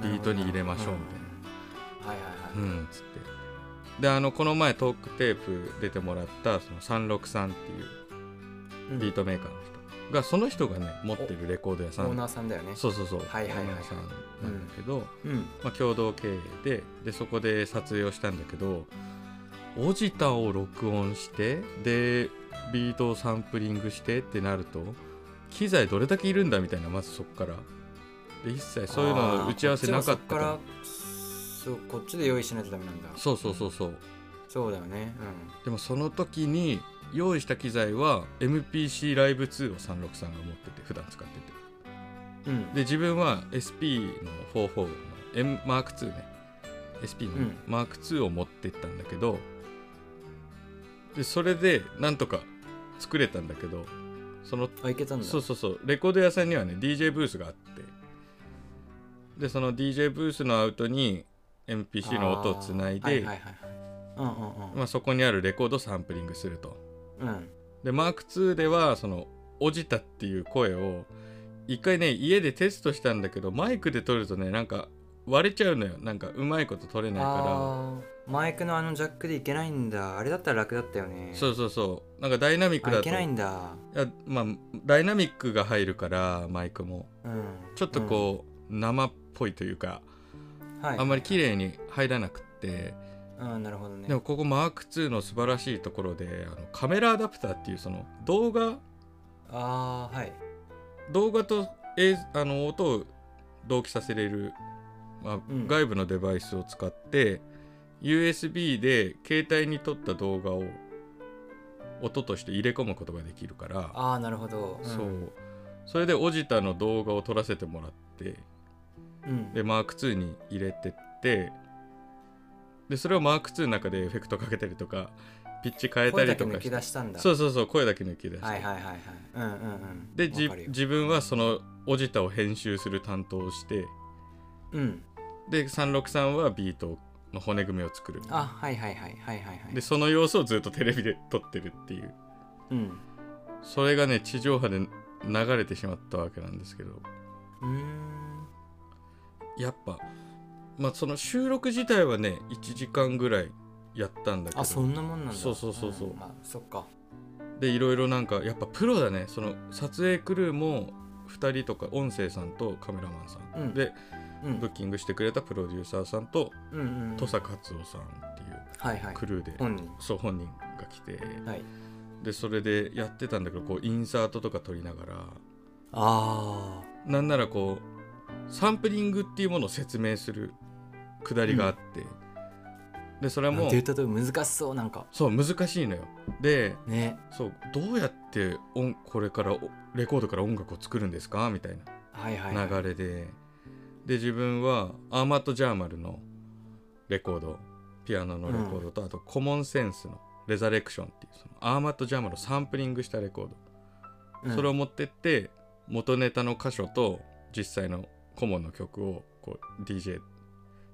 [SPEAKER 1] ビートに入れましょうみたい
[SPEAKER 2] なるほど。はいはいはい。
[SPEAKER 1] うんつってであのこの前トークテープ出てもらったその363っていう
[SPEAKER 2] うん
[SPEAKER 1] ビートメーカーの人がその人がね持ってるレコード屋さん
[SPEAKER 2] オーナーさんだよね。
[SPEAKER 1] そうそうそう、
[SPEAKER 2] はいはいはい
[SPEAKER 1] オーナーさんなんだけど、
[SPEAKER 2] うん。
[SPEAKER 1] まあ、共同経営ででそこで撮影をしたんだけどおじたを録音してでビートをサンプリングしてってなると機材どれだけいるんだみたいなまずそこからで一切そういうのの打ち合わせなかった
[SPEAKER 2] あーこっちもそっからそうこっちで用意しないとダメなんだ。
[SPEAKER 1] そうそうそうそう
[SPEAKER 2] そうだよね。
[SPEAKER 1] でもその時に用意した機材は MPC ライブ2を363が持ってて普段使ってて
[SPEAKER 2] うん。うん。
[SPEAKER 1] で自分は SP の44の M マーク2ね SP
[SPEAKER 2] う
[SPEAKER 1] の
[SPEAKER 2] ん
[SPEAKER 1] マーク2を持ってったんだけど、でそれでなんとか作れたんだけどその
[SPEAKER 2] あ、いけたんだ。
[SPEAKER 1] そうそうそうレコード屋さんにはね DJ ブースがあってでその DJ ブースのアウトに MPC の音をつない
[SPEAKER 2] あーは
[SPEAKER 1] で、
[SPEAKER 2] いはいはいはい。うんうん
[SPEAKER 1] まあ、そこにあるレコードをサンプリングすると
[SPEAKER 2] うん。うん。
[SPEAKER 1] でマーク2ではその「おじた」っていう声を一回ね家でテストしたんだけどマイクで撮るとねなんか割れちゃうのよなんかうまいこと撮れないか
[SPEAKER 2] ああ、マイクのあのジャックでいけないんだ。あれだったら楽だったよね。。
[SPEAKER 1] らそううそうそうなんかダイナミック
[SPEAKER 2] あ、い
[SPEAKER 1] だと
[SPEAKER 2] けないんだ。
[SPEAKER 1] いやまあダイナミックが入るからマイクも
[SPEAKER 2] うん。
[SPEAKER 1] ちょっとこう、生っぽいというか
[SPEAKER 2] うん、はい。
[SPEAKER 1] あんまり綺麗に入らなくって
[SPEAKER 2] うん、なるほどね。
[SPEAKER 1] でもここマーク2の素晴らしいところであのカメラアダプターっていうその動画
[SPEAKER 2] ああ、はい。
[SPEAKER 1] 動画と映あの音を同期させれる、まあ
[SPEAKER 2] うん
[SPEAKER 1] 外部のデバイスを使って USB で携帯に撮った動画を音として入れ込むことができるから、
[SPEAKER 2] ああ、なるほど。ん
[SPEAKER 1] そうそれでオジタの動画を撮らせてもらって
[SPEAKER 2] うん。
[SPEAKER 1] でマーク2に入れてってでそれをマーク2の中でエフェクトかけたりとかピッチ変えた
[SPEAKER 2] 声だ
[SPEAKER 1] りと
[SPEAKER 2] け
[SPEAKER 1] か
[SPEAKER 2] 抜
[SPEAKER 1] し
[SPEAKER 2] き
[SPEAKER 1] て
[SPEAKER 2] 出したんだ。
[SPEAKER 1] そうそうそう声だけ抜き出して、
[SPEAKER 2] はいはいはいはい。うんうんうん。
[SPEAKER 1] で
[SPEAKER 2] わ
[SPEAKER 1] じ
[SPEAKER 2] かるよ
[SPEAKER 1] 自分はそのオジタを編集する担当をして
[SPEAKER 2] うん。
[SPEAKER 1] で363はビートの骨組みを作る
[SPEAKER 2] あ、はいはいはいはいはいはい。
[SPEAKER 1] でその様子をずっとテレビで撮ってるっていう
[SPEAKER 2] うん。
[SPEAKER 1] それがね地上波で流れてしまったわけなんですけど
[SPEAKER 2] うーん。
[SPEAKER 1] やっぱまあその収録自体はね1時間ぐらいやったんだけど
[SPEAKER 2] あそんなもんなんだ
[SPEAKER 1] そうそうそうそう、
[SPEAKER 4] うんまあ
[SPEAKER 2] そっか
[SPEAKER 1] でいろいろなんかやっぱプロだねその撮影クルーも2人とか音声さんとカメラマンさん、
[SPEAKER 2] うん
[SPEAKER 1] で
[SPEAKER 2] うん
[SPEAKER 1] ブッキングしてくれたプロデューサーさんと
[SPEAKER 2] うんうんうん
[SPEAKER 1] 土佐勝夫さんっていう
[SPEAKER 2] はいはい
[SPEAKER 1] クルーで、
[SPEAKER 2] 本人
[SPEAKER 1] そう本人が来て
[SPEAKER 2] はい
[SPEAKER 1] でそれでやってたんだけどこうインサートとか撮りながら
[SPEAKER 2] あ
[SPEAKER 1] なんならこうサンプリングっていうものを説明するくだりがあって、でそれ
[SPEAKER 2] あ
[SPEAKER 1] も
[SPEAKER 2] データと難しそうなんか
[SPEAKER 1] そう難しいのよで
[SPEAKER 2] ね
[SPEAKER 1] そうどうやって音これからおレコードから音楽を作るんですかみたい
[SPEAKER 2] はいはい
[SPEAKER 1] な
[SPEAKER 2] は
[SPEAKER 1] い流れで、で自分はアーマット・ジャーマルのレコードピアノのレコードと、あとコモンセンスの「レザレクション」っていうそのアーマット・ジャーマルをサンプリングしたレコード、
[SPEAKER 2] うん
[SPEAKER 1] それを持ってって元ネタの箇所と実際のコモンの曲をこう DJ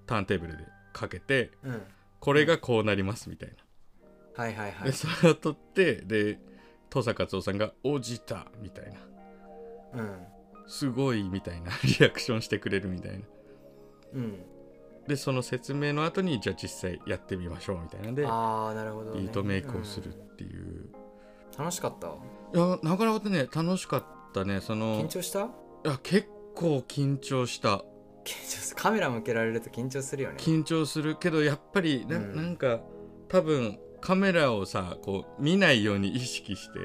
[SPEAKER 1] ターンテーブルでかけて
[SPEAKER 2] うん
[SPEAKER 1] これがこうなりますみたいな。
[SPEAKER 2] はいはいはい
[SPEAKER 1] でそれを撮ってで登坂勝夫さんが「おじた」みたいな
[SPEAKER 2] うん
[SPEAKER 1] 「すごい」みたいなリアクションしてくれるみたいな
[SPEAKER 2] うん
[SPEAKER 1] でその説明の後にじゃあ実際やってみましょうみたいなんで
[SPEAKER 2] ああなるほどね
[SPEAKER 1] ビートメイクをするっていう、
[SPEAKER 2] うん楽しかった
[SPEAKER 1] いやなかなかね楽しかったねその
[SPEAKER 2] 緊張した
[SPEAKER 1] いや結構緊張した
[SPEAKER 2] 緊張すカメラ向けられると緊張するよね
[SPEAKER 1] 緊張するけどやっぱりな,、
[SPEAKER 2] うん
[SPEAKER 1] なんか多分カメラをさこう見ないように意識して、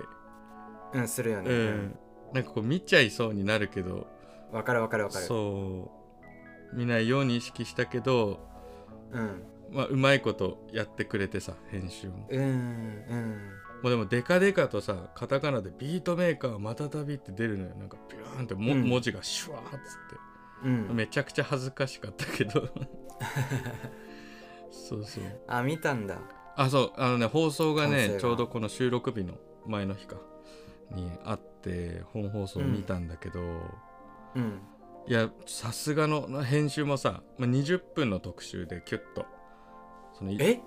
[SPEAKER 2] うんするよね
[SPEAKER 1] う
[SPEAKER 2] うんん、
[SPEAKER 1] なんかこう見ちゃいそうになるけど
[SPEAKER 2] わかるわかるわかる
[SPEAKER 1] そう見ないように意識したけど、
[SPEAKER 2] うん
[SPEAKER 1] まあ、うまいことやってくれてさ編集もも
[SPEAKER 2] うんうん
[SPEAKER 1] うでもデカデカとさカタカナで「ビートメーカーはまたたび」って出るのよなんかビューンっても、
[SPEAKER 2] うん
[SPEAKER 1] 文字がシュワーっつって、
[SPEAKER 2] うん
[SPEAKER 1] めちゃくちゃ恥ずかしかったけ どそうそう
[SPEAKER 2] あ見たんだ
[SPEAKER 1] あそうあのね放送が
[SPEAKER 2] 音声
[SPEAKER 1] ね
[SPEAKER 2] が
[SPEAKER 1] ちょうどこの収録日の前の日かにあって本放送見たんだけど、
[SPEAKER 2] うん
[SPEAKER 1] いやさすがの編集もさ、まあ、20分の特集でキュッとそのい
[SPEAKER 2] え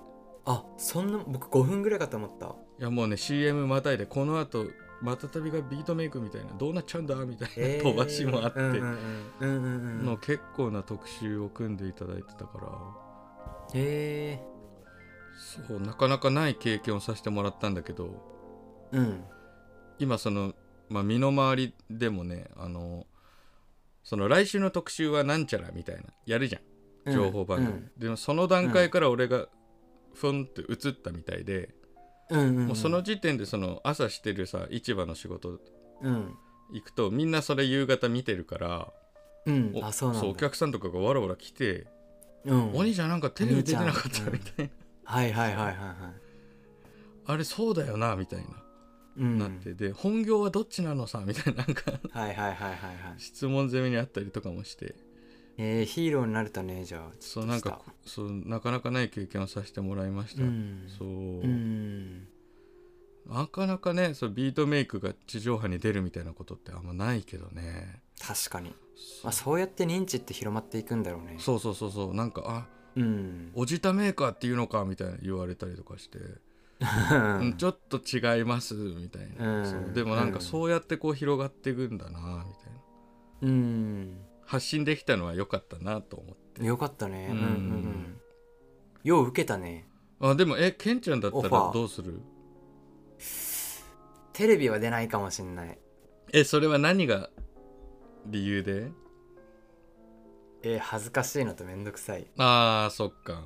[SPEAKER 2] あそんな僕5分ぐらいかと思った
[SPEAKER 1] いやもうね CM またいでこのあとまたたびがビートメイクみたいなどうなっちゃうんだみたいな
[SPEAKER 2] へー
[SPEAKER 1] 飛ばしもあって、
[SPEAKER 2] うんうんうんうんうんう
[SPEAKER 1] の
[SPEAKER 2] ん
[SPEAKER 1] 結構な特集を組んでいただいてたから
[SPEAKER 2] へえ
[SPEAKER 1] そうなかなかない経験をさせてもらったんだけど
[SPEAKER 2] うん
[SPEAKER 1] 今その、まあ、身の回りでもねあのその来週の特集はなんちゃらみたいなやるじゃん
[SPEAKER 2] うん
[SPEAKER 1] 情報番組、
[SPEAKER 2] うん
[SPEAKER 1] でもその段階から俺がふんって映ったみたいで、
[SPEAKER 2] うんうん
[SPEAKER 1] もうその時点でその朝してるさ市場の仕事
[SPEAKER 2] うん
[SPEAKER 1] 行くとみんなそれ夕方見てるから
[SPEAKER 2] うん
[SPEAKER 1] お
[SPEAKER 2] あそうなんだ
[SPEAKER 1] お客さんとかがわらわら来て
[SPEAKER 2] う
[SPEAKER 1] 「
[SPEAKER 2] ん
[SPEAKER 1] お兄ちゃんなんかテレビ出てなかっ
[SPEAKER 2] お
[SPEAKER 1] た」み
[SPEAKER 2] 兄
[SPEAKER 1] たいな
[SPEAKER 2] はいはいはいはいは
[SPEAKER 1] 「あれそうだよな」みたいな、
[SPEAKER 2] いうん
[SPEAKER 1] なってで「本業はどっちなのさ」みたいななん か
[SPEAKER 2] はいはいはいはいはい
[SPEAKER 1] 質問攻めにあったりとかもして
[SPEAKER 2] えー、ヒーローになれたねじゃあ
[SPEAKER 1] そうなんかそうなかなかない経験をさせてもらいました、
[SPEAKER 2] うん
[SPEAKER 1] そう、
[SPEAKER 2] うん
[SPEAKER 1] なかなかねそうビートメイクが地上波に出るみたいなことってあんまないけどね
[SPEAKER 2] 確かに、
[SPEAKER 1] そ
[SPEAKER 2] まあ、そうやって認知って広まっていくんだろうね
[SPEAKER 1] そうそうそうそうなんかあ
[SPEAKER 2] うん
[SPEAKER 1] おじたメーカーっていうのかみたいな言われたりとかして、うん、ちょっと違いますみたいな、
[SPEAKER 2] うん
[SPEAKER 1] そうでもなん
[SPEAKER 2] う
[SPEAKER 1] か
[SPEAKER 2] ん
[SPEAKER 1] そうやってこう広がっていくんだなみたいな
[SPEAKER 2] うん
[SPEAKER 1] 発信できたのは良かったなと思って
[SPEAKER 2] よかったね
[SPEAKER 1] う
[SPEAKER 2] うんんうんうんよう受けたね
[SPEAKER 1] あでもえケンちゃんだった
[SPEAKER 2] オフ
[SPEAKER 1] ら
[SPEAKER 2] ァー
[SPEAKER 1] どうする
[SPEAKER 2] テレビは出ないかもしんない
[SPEAKER 1] えそれは何が理由で
[SPEAKER 2] えー恥ずかしいのとめんどくさい
[SPEAKER 1] あーそっか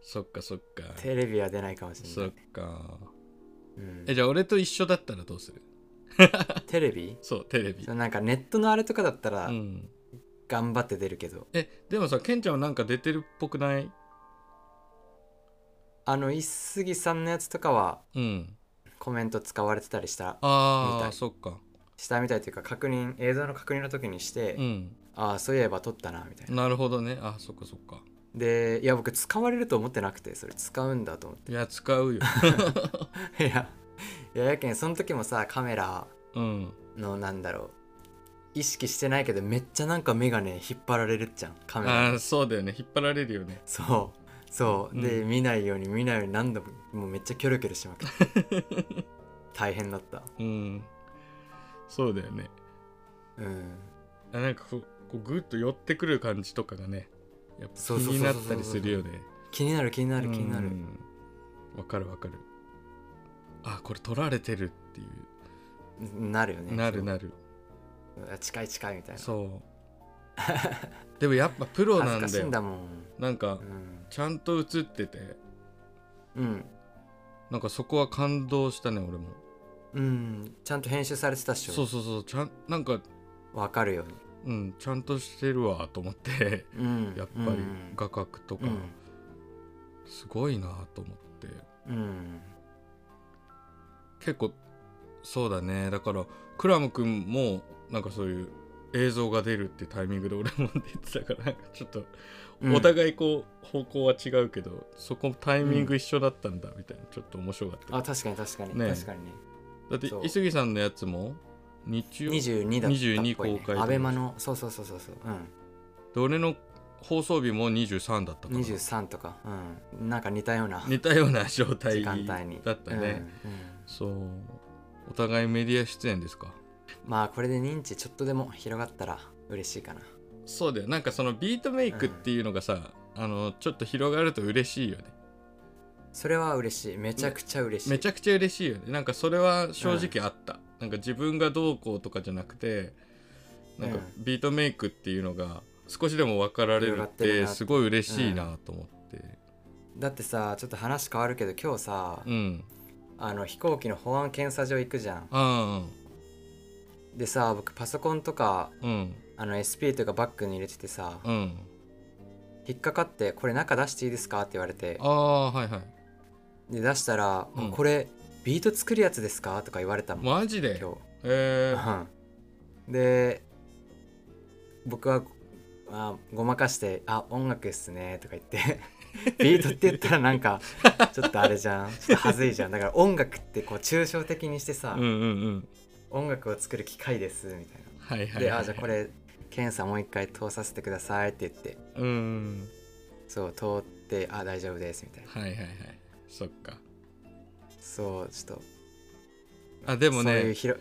[SPEAKER 1] そっかそっか
[SPEAKER 2] テレビは出ないかもしん
[SPEAKER 1] そ
[SPEAKER 2] な
[SPEAKER 1] っ
[SPEAKER 2] い、
[SPEAKER 1] か
[SPEAKER 2] うん
[SPEAKER 1] え、じゃあ俺と一緒だったらどうする
[SPEAKER 2] テレビ
[SPEAKER 1] そうテレビ
[SPEAKER 2] そうなんかネットのあれとかだったら
[SPEAKER 1] うん
[SPEAKER 2] 頑張って出るけど、
[SPEAKER 1] えでもさケンちゃんはなんか出てるっぽくない
[SPEAKER 2] あの一杉さんのやつとかは
[SPEAKER 1] うん
[SPEAKER 2] コメント使われてたりしたみ
[SPEAKER 1] あ
[SPEAKER 2] た
[SPEAKER 1] あ
[SPEAKER 2] い
[SPEAKER 1] そっか
[SPEAKER 2] したみたいというか確認映像の確認の時にして、
[SPEAKER 1] うん
[SPEAKER 2] ああそういえば撮ったなみたいな
[SPEAKER 1] なるほどねあそっかそっか
[SPEAKER 2] でいや僕使われると思ってなくてそれ使うんだと思っ
[SPEAKER 1] いや使 うよ
[SPEAKER 2] て いやいややけんその時もさカメラ
[SPEAKER 1] うん
[SPEAKER 2] のなんだろう意識してないけどめっちゃなんか眼鏡引っ張られるじゃんカメラ
[SPEAKER 1] あ
[SPEAKER 2] に
[SPEAKER 1] あそうだよね引っ張られるよね
[SPEAKER 2] そうそう、で
[SPEAKER 1] う
[SPEAKER 2] 見ないように見ないように何度ももうめっちゃキョロキョロしまくって 大変だった
[SPEAKER 1] うんそうだよね
[SPEAKER 2] うん
[SPEAKER 1] あなんかこうこうグッと寄ってくる感じとかがねやっぱ気
[SPEAKER 2] そうそうそう
[SPEAKER 1] に
[SPEAKER 2] そう
[SPEAKER 1] な
[SPEAKER 2] そう
[SPEAKER 1] ったりするよね
[SPEAKER 2] 気になる気になる気になる、
[SPEAKER 1] うんわかるわかるあこれ取られてるってい
[SPEAKER 2] なるよ
[SPEAKER 1] う、
[SPEAKER 2] ね
[SPEAKER 1] なるなる
[SPEAKER 2] そう近い近いみたいな
[SPEAKER 1] そうでもやっぱプロな
[SPEAKER 2] 恥ず
[SPEAKER 1] ん
[SPEAKER 2] かし
[SPEAKER 1] だ
[SPEAKER 2] い
[SPEAKER 1] よ
[SPEAKER 2] んだもん
[SPEAKER 1] なんか
[SPEAKER 2] うん、
[SPEAKER 1] ちゃんと映ってて
[SPEAKER 2] うん
[SPEAKER 1] なんかそこは感動したね俺も
[SPEAKER 2] うん、ちゃんと編集されてたっしょ
[SPEAKER 1] そうそうそうちゃんなんか
[SPEAKER 2] わかるよ
[SPEAKER 1] うんちゃんとしてるわと思って
[SPEAKER 2] うん
[SPEAKER 1] やっぱり
[SPEAKER 2] うん
[SPEAKER 1] 画角とか
[SPEAKER 2] うん
[SPEAKER 1] すごいなと思って
[SPEAKER 2] うん
[SPEAKER 1] 結構そうだねだからクラム君もなんかそういう映像が出るってタイミングで俺も出てたからなんかちょっと
[SPEAKER 2] うん
[SPEAKER 1] お互いこう方向は違うけど、そこタイミング一緒だったんだみたいなちょっと面白かった、
[SPEAKER 2] あ確かに確かに、
[SPEAKER 1] ね
[SPEAKER 2] 確かにね
[SPEAKER 1] だって
[SPEAKER 2] そう
[SPEAKER 1] 伊杉さんのやつも日曜で
[SPEAKER 2] 22だったっぽい、ね、
[SPEAKER 1] 22公開
[SPEAKER 2] アベマのそうそうそうそうそう
[SPEAKER 1] 俺の放送日も23だった
[SPEAKER 2] う
[SPEAKER 1] か
[SPEAKER 2] ん
[SPEAKER 1] ら
[SPEAKER 2] 23とかうんなんか似たような
[SPEAKER 1] 似たような状態
[SPEAKER 2] 時
[SPEAKER 1] だ
[SPEAKER 2] 間
[SPEAKER 1] った
[SPEAKER 2] 帯に
[SPEAKER 1] ね、
[SPEAKER 2] うんうん
[SPEAKER 1] そうお互いメディア出演ですか
[SPEAKER 2] まあこれで認知ちょっとでも広がったら嬉しいかな
[SPEAKER 1] そうだよなんかそのビートメイクっていうのがさ、あのちょっと広がると嬉しいよね
[SPEAKER 2] それは嬉しいめちゃくちゃ嬉しい、
[SPEAKER 1] めちゃくちゃ嬉しいよねなんかそれは正直あった、なんか自分がどうこうとかじゃなくてなんか
[SPEAKER 2] う
[SPEAKER 1] ビートメイクっていうのが少しでも分かられる
[SPEAKER 2] 広が
[SPEAKER 1] っ
[SPEAKER 2] ってる
[SPEAKER 1] て
[SPEAKER 2] な
[SPEAKER 1] すごい嬉しいなと思って
[SPEAKER 2] だってさちょっと話変わるけど今日さ、
[SPEAKER 1] うん、
[SPEAKER 2] あの飛行機の保安検査場行くじゃん
[SPEAKER 1] あ
[SPEAKER 2] でさ僕パソコンとか
[SPEAKER 1] あうん
[SPEAKER 2] あの SP とかバッグに入れててさ、
[SPEAKER 1] うん
[SPEAKER 2] 引っかかって「これ中出していいですか?」って言われて
[SPEAKER 1] ああはいはい
[SPEAKER 2] で出したら「
[SPEAKER 1] うん
[SPEAKER 2] これビート作るやつですか?」とか言われたもん
[SPEAKER 1] マジで
[SPEAKER 2] 今
[SPEAKER 1] え ー、
[SPEAKER 2] 日、うん、で僕はあごまかして「あ音楽っすね」とか言って ビートって言ったらなんかちょっとあれじゃんちょっと恥ずいじゃんだから音楽ってこう抽象的にしてさ、
[SPEAKER 1] うんうんうん
[SPEAKER 2] 音楽を作る機械ですみたいな
[SPEAKER 1] はいはいはい
[SPEAKER 2] で「あじゃあこれ検査もう一回通させてください」って言って
[SPEAKER 1] うん
[SPEAKER 2] そう通って「あ大丈夫です」みたいな
[SPEAKER 1] はいはいはいそっか
[SPEAKER 2] そうちょっと
[SPEAKER 1] あでも
[SPEAKER 2] そういう
[SPEAKER 1] ね
[SPEAKER 2] 広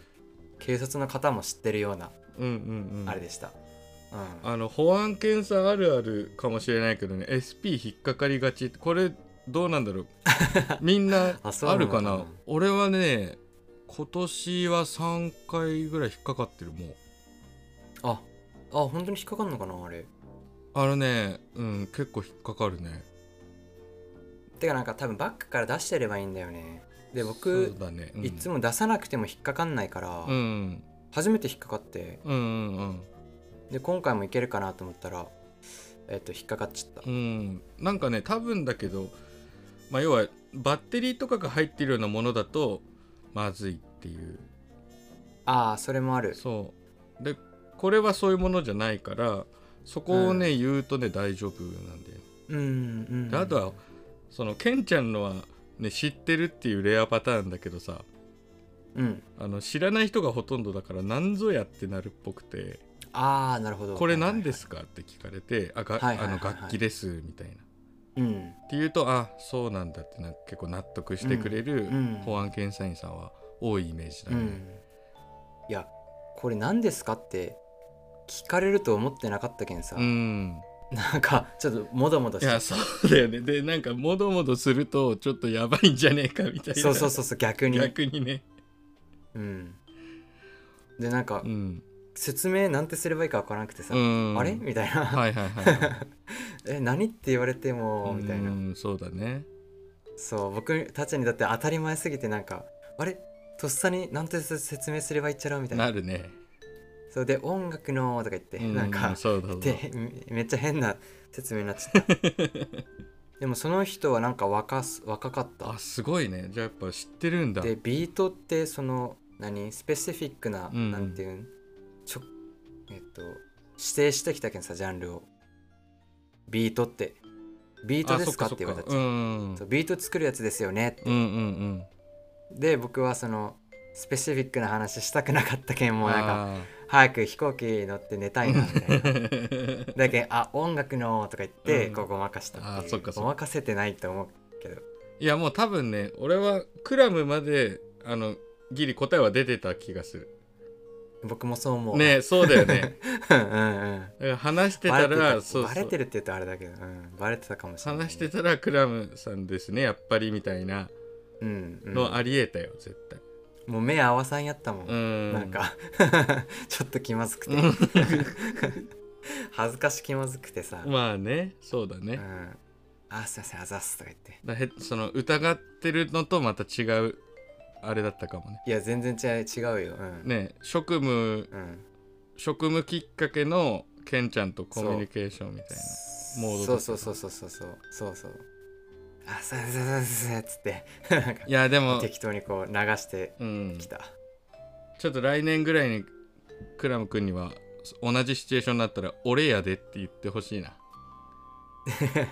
[SPEAKER 2] 警察の方も知ってるような
[SPEAKER 1] うんうんうん
[SPEAKER 2] あれでした、うん
[SPEAKER 1] あの保安検査あるあるかもしれないけどね SP 引っかかりがちこれどうなん だろうみんな
[SPEAKER 2] あそうな
[SPEAKER 1] あ
[SPEAKER 2] の
[SPEAKER 1] る
[SPEAKER 2] か
[SPEAKER 1] か
[SPEAKER 2] な
[SPEAKER 1] な俺はね今年は3回ぐらい引っかかってるもう
[SPEAKER 2] ああ本当に引っかかんのかなあれ
[SPEAKER 1] あのねうん結構引っかかるね
[SPEAKER 2] てかなんか多分バッグから出してればいいんだよねで
[SPEAKER 1] そ
[SPEAKER 2] 僕
[SPEAKER 1] う、だね、うん、
[SPEAKER 2] いつも出さなくても引っかかんないから、
[SPEAKER 1] うん
[SPEAKER 2] 初めて引っかかって
[SPEAKER 1] うんうんうん
[SPEAKER 2] で今回もいけるかなと思ったらえっと引っかかっちゃった、
[SPEAKER 1] うんなんかね多分だけどまあ要はバッテリーとかが入ってるようなものだとまずいっていう
[SPEAKER 2] ああそれもある
[SPEAKER 1] そうでこれはそういうものじゃないからそこをね、言うとね大丈夫なんだよ、
[SPEAKER 2] うんうん
[SPEAKER 1] であとはそのケンちゃんのは、ね、知ってるっていうレアパターンだけどさ
[SPEAKER 2] うん
[SPEAKER 1] あの知らない人がほとんどだから何ぞやってなるっぽくて
[SPEAKER 2] ああなる
[SPEAKER 1] 「
[SPEAKER 2] ほど
[SPEAKER 1] これ何ですすか?」って聞かれて「あが
[SPEAKER 2] はいはい
[SPEAKER 1] あの
[SPEAKER 2] はいはい
[SPEAKER 1] 楽器です」みたいな。
[SPEAKER 2] うん
[SPEAKER 1] っていうと「あそうなんだ」ってなんか結構納得してくれる
[SPEAKER 2] うんうん
[SPEAKER 1] 保安検査員さんは多いイメージだ
[SPEAKER 2] う
[SPEAKER 1] ね。
[SPEAKER 2] ん、いやこれ何ですかって聞かれると思ってなかったけんさ、
[SPEAKER 1] うん
[SPEAKER 2] なんかちょっともどもどし
[SPEAKER 1] いや
[SPEAKER 2] て
[SPEAKER 1] そうだよねでなんかもどもどするとちょっとやばいんじゃねえかみたいな
[SPEAKER 2] そうそうそうそう逆に
[SPEAKER 1] 逆にね
[SPEAKER 2] うん、でなんか
[SPEAKER 1] うん、
[SPEAKER 2] 説明なんてすればいいか分からなくてさ、
[SPEAKER 1] うん、
[SPEAKER 2] あれみたいな、
[SPEAKER 1] はいはいはいは
[SPEAKER 2] え何って言われても
[SPEAKER 1] い
[SPEAKER 2] みたいな、
[SPEAKER 1] うんそうだね
[SPEAKER 2] そう僕たちにだって当たり前すぎてなんかあれとっさになんて説明すればいいっちゃろみたいな
[SPEAKER 1] なるね
[SPEAKER 2] そうで音楽のとか言って、
[SPEAKER 1] う
[SPEAKER 2] なんか
[SPEAKER 1] そうだそうだ
[SPEAKER 2] でめめっちゃ変な説明になっちゃったでもその人はなんか若す若かった
[SPEAKER 1] あすごいねじゃあやっぱ知ってるんだ
[SPEAKER 2] でビートってその何スペシフィックな、
[SPEAKER 1] うんうん
[SPEAKER 2] なんていうんちょえっと指定してきたけんさジャンルをビートってビートですか
[SPEAKER 1] あ
[SPEAKER 2] って
[SPEAKER 1] そ
[SPEAKER 2] 言
[SPEAKER 1] か
[SPEAKER 2] わ
[SPEAKER 1] そっ
[SPEAKER 2] れ
[SPEAKER 1] たかうん
[SPEAKER 2] そうビート作るやつですよねって、
[SPEAKER 1] うんうん
[SPEAKER 2] で僕はそのスペシフィックな話したくなかったけん
[SPEAKER 1] うん
[SPEAKER 2] もうなんか
[SPEAKER 1] あ
[SPEAKER 2] 早く飛行機乗って寝たいな みたいな
[SPEAKER 1] ー
[SPEAKER 2] だけどあ音楽のとか言って、
[SPEAKER 1] うん
[SPEAKER 2] こうごまかしたっていう
[SPEAKER 1] あーそっかそっか
[SPEAKER 2] ごまかせてないと思うけど
[SPEAKER 1] いやもう多分ね俺はクラムまであのギリ答えは出てた気がする
[SPEAKER 2] 僕もそう思う。
[SPEAKER 1] ねえそうだよね
[SPEAKER 2] うんう
[SPEAKER 1] だ
[SPEAKER 2] ん
[SPEAKER 1] から話して
[SPEAKER 2] バレ
[SPEAKER 1] た
[SPEAKER 2] てた
[SPEAKER 1] らそう
[SPEAKER 2] バレ
[SPEAKER 1] そう
[SPEAKER 2] てるって言うとあれだけど、うん、バレてたかもしれない。
[SPEAKER 1] 話してたらクラムさんですねやっぱりみたいな
[SPEAKER 2] うん、うん、
[SPEAKER 1] のありえたよ絶対
[SPEAKER 2] もう目合わさんやったもん、
[SPEAKER 1] うん
[SPEAKER 2] なんか ちょっと気まずくて 恥ずかし気まずくてさ、
[SPEAKER 1] まあねそうだ
[SPEAKER 2] う
[SPEAKER 1] ね、
[SPEAKER 2] ん、あすいませんあざっすとか言って
[SPEAKER 1] だへその疑ってるのとまた違うあれだったかもね
[SPEAKER 2] いや全然違う違うよ、うん
[SPEAKER 1] ねえ職務
[SPEAKER 2] うん、
[SPEAKER 1] 職務きっかけのケンちゃんとコミュニケーションみたいモード
[SPEAKER 2] そ
[SPEAKER 1] だ
[SPEAKER 2] う
[SPEAKER 1] った
[SPEAKER 2] そうそうそうそうそうそうそうあすいませんあざっすっつってなんか
[SPEAKER 1] ないやで も、
[SPEAKER 2] 適当にこう流して
[SPEAKER 1] うん、
[SPEAKER 2] きた、
[SPEAKER 1] ちょっと来年ぐらいにクラム君には同じシチュエーションになったら「俺やで」って言ってほしいないやいや
[SPEAKER 2] い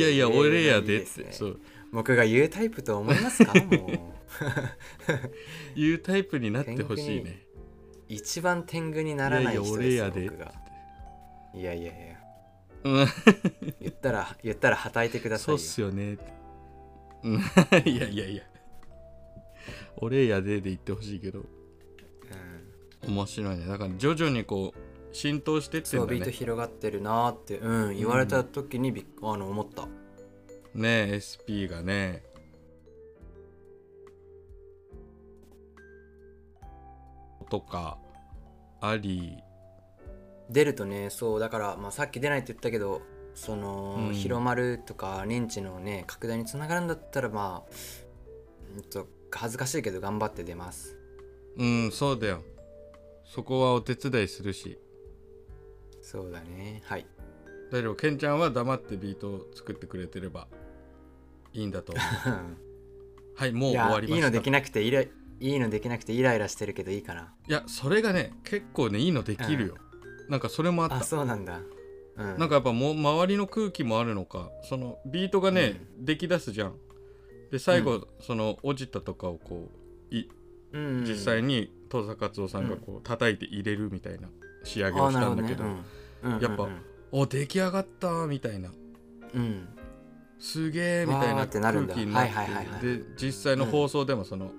[SPEAKER 2] やいや
[SPEAKER 1] 俺や
[SPEAKER 2] い
[SPEAKER 1] で
[SPEAKER 2] い
[SPEAKER 1] っ
[SPEAKER 2] です
[SPEAKER 1] て
[SPEAKER 2] ね
[SPEAKER 1] そう
[SPEAKER 2] 僕が言うタイプと思いますかもう
[SPEAKER 1] いうタイプになってほしいね
[SPEAKER 2] 一番天狗に
[SPEAKER 1] い
[SPEAKER 2] なら
[SPEAKER 1] や
[SPEAKER 2] ないい
[SPEAKER 1] や
[SPEAKER 2] 人
[SPEAKER 1] 俺
[SPEAKER 2] ですよ
[SPEAKER 1] やでっ
[SPEAKER 2] 僕
[SPEAKER 1] て
[SPEAKER 2] がいやいやいや
[SPEAKER 1] うん
[SPEAKER 2] 言ったら 言ったらはたいてください
[SPEAKER 1] そう
[SPEAKER 2] よ
[SPEAKER 1] っすよねうんいやいやいや俺やでで言ってほしいけど
[SPEAKER 2] うん
[SPEAKER 1] 面白いねだから徐々にこう浸透してって
[SPEAKER 2] そ
[SPEAKER 1] ん
[SPEAKER 2] う
[SPEAKER 1] だ
[SPEAKER 2] ビート
[SPEAKER 1] ね
[SPEAKER 2] 広がってるなーって、うん、言われた時にびっあの思った
[SPEAKER 1] ねえ SP がねとかあり
[SPEAKER 2] 出るとねそうだから、まあ、さっき出ないって言ったけどその、
[SPEAKER 1] うん
[SPEAKER 2] 広まるとか認知のね拡大につながるんだったらまあうんと恥ずかしいけど頑張って出ます
[SPEAKER 1] うんそうだよそこはお手伝いするし
[SPEAKER 2] そうだねはい
[SPEAKER 1] だけどケンちゃんは黙ってビートを作ってくれてればいいんだ と思うはいもう
[SPEAKER 2] い
[SPEAKER 1] 終わ
[SPEAKER 2] や
[SPEAKER 1] りました
[SPEAKER 2] いいのできなくてイラいいのできなくてイライラしてるけどいいかない
[SPEAKER 1] やそれがね結構ねいいのできるよ、なんかそれもあった
[SPEAKER 2] あそうなんだうん
[SPEAKER 1] なんかやっぱもう周りの空気もあるのかそのビートがね、出来出すじゃんで最後、その落ちたとかをこうい
[SPEAKER 2] うん
[SPEAKER 1] 実際に登坂勝夫さんがこう叩いて入れるみたいな仕上げ
[SPEAKER 2] あ
[SPEAKER 1] を
[SPEAKER 2] ー
[SPEAKER 1] し
[SPEAKER 2] なる
[SPEAKER 1] た
[SPEAKER 2] ほ
[SPEAKER 1] ん
[SPEAKER 2] ど
[SPEAKER 1] だ
[SPEAKER 2] ね
[SPEAKER 1] けど
[SPEAKER 2] うんうん
[SPEAKER 1] やっぱ
[SPEAKER 2] うん
[SPEAKER 1] お出来上がったみたいな
[SPEAKER 2] うん
[SPEAKER 1] すげえみたい
[SPEAKER 2] わー
[SPEAKER 1] な
[SPEAKER 2] ってなる
[SPEAKER 1] 空
[SPEAKER 2] んだ
[SPEAKER 1] 気になって
[SPEAKER 2] はいはいはいはい
[SPEAKER 1] で実際の放送でもその、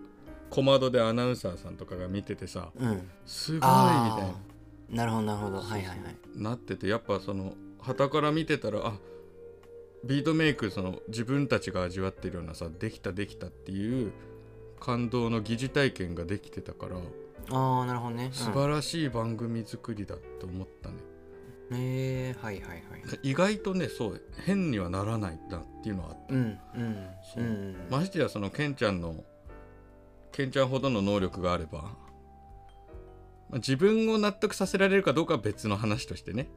[SPEAKER 1] 小窓でアナウンサーさんとかが見ててさ
[SPEAKER 2] うん
[SPEAKER 1] すごいみたい
[SPEAKER 2] あ
[SPEAKER 1] な
[SPEAKER 2] ーなるほどなるほどはいはいはい
[SPEAKER 1] なっててやっぱその傍から見てたらあビートメイクその自分たちが味わってるようなさできたできたっていう感動の疑似体験ができてたから
[SPEAKER 2] ああなるほどね
[SPEAKER 1] 素晴らしい番組作りだって思ったね、
[SPEAKER 2] うんへえはいはいはい
[SPEAKER 1] 意外とねそう変にはならないなっていうのはあった
[SPEAKER 2] うんうん
[SPEAKER 1] そううんましてやそのケンちゃんのケンちゃんほどの能力があれば、まあ自分を納得させられるかどうかは別の話としてね、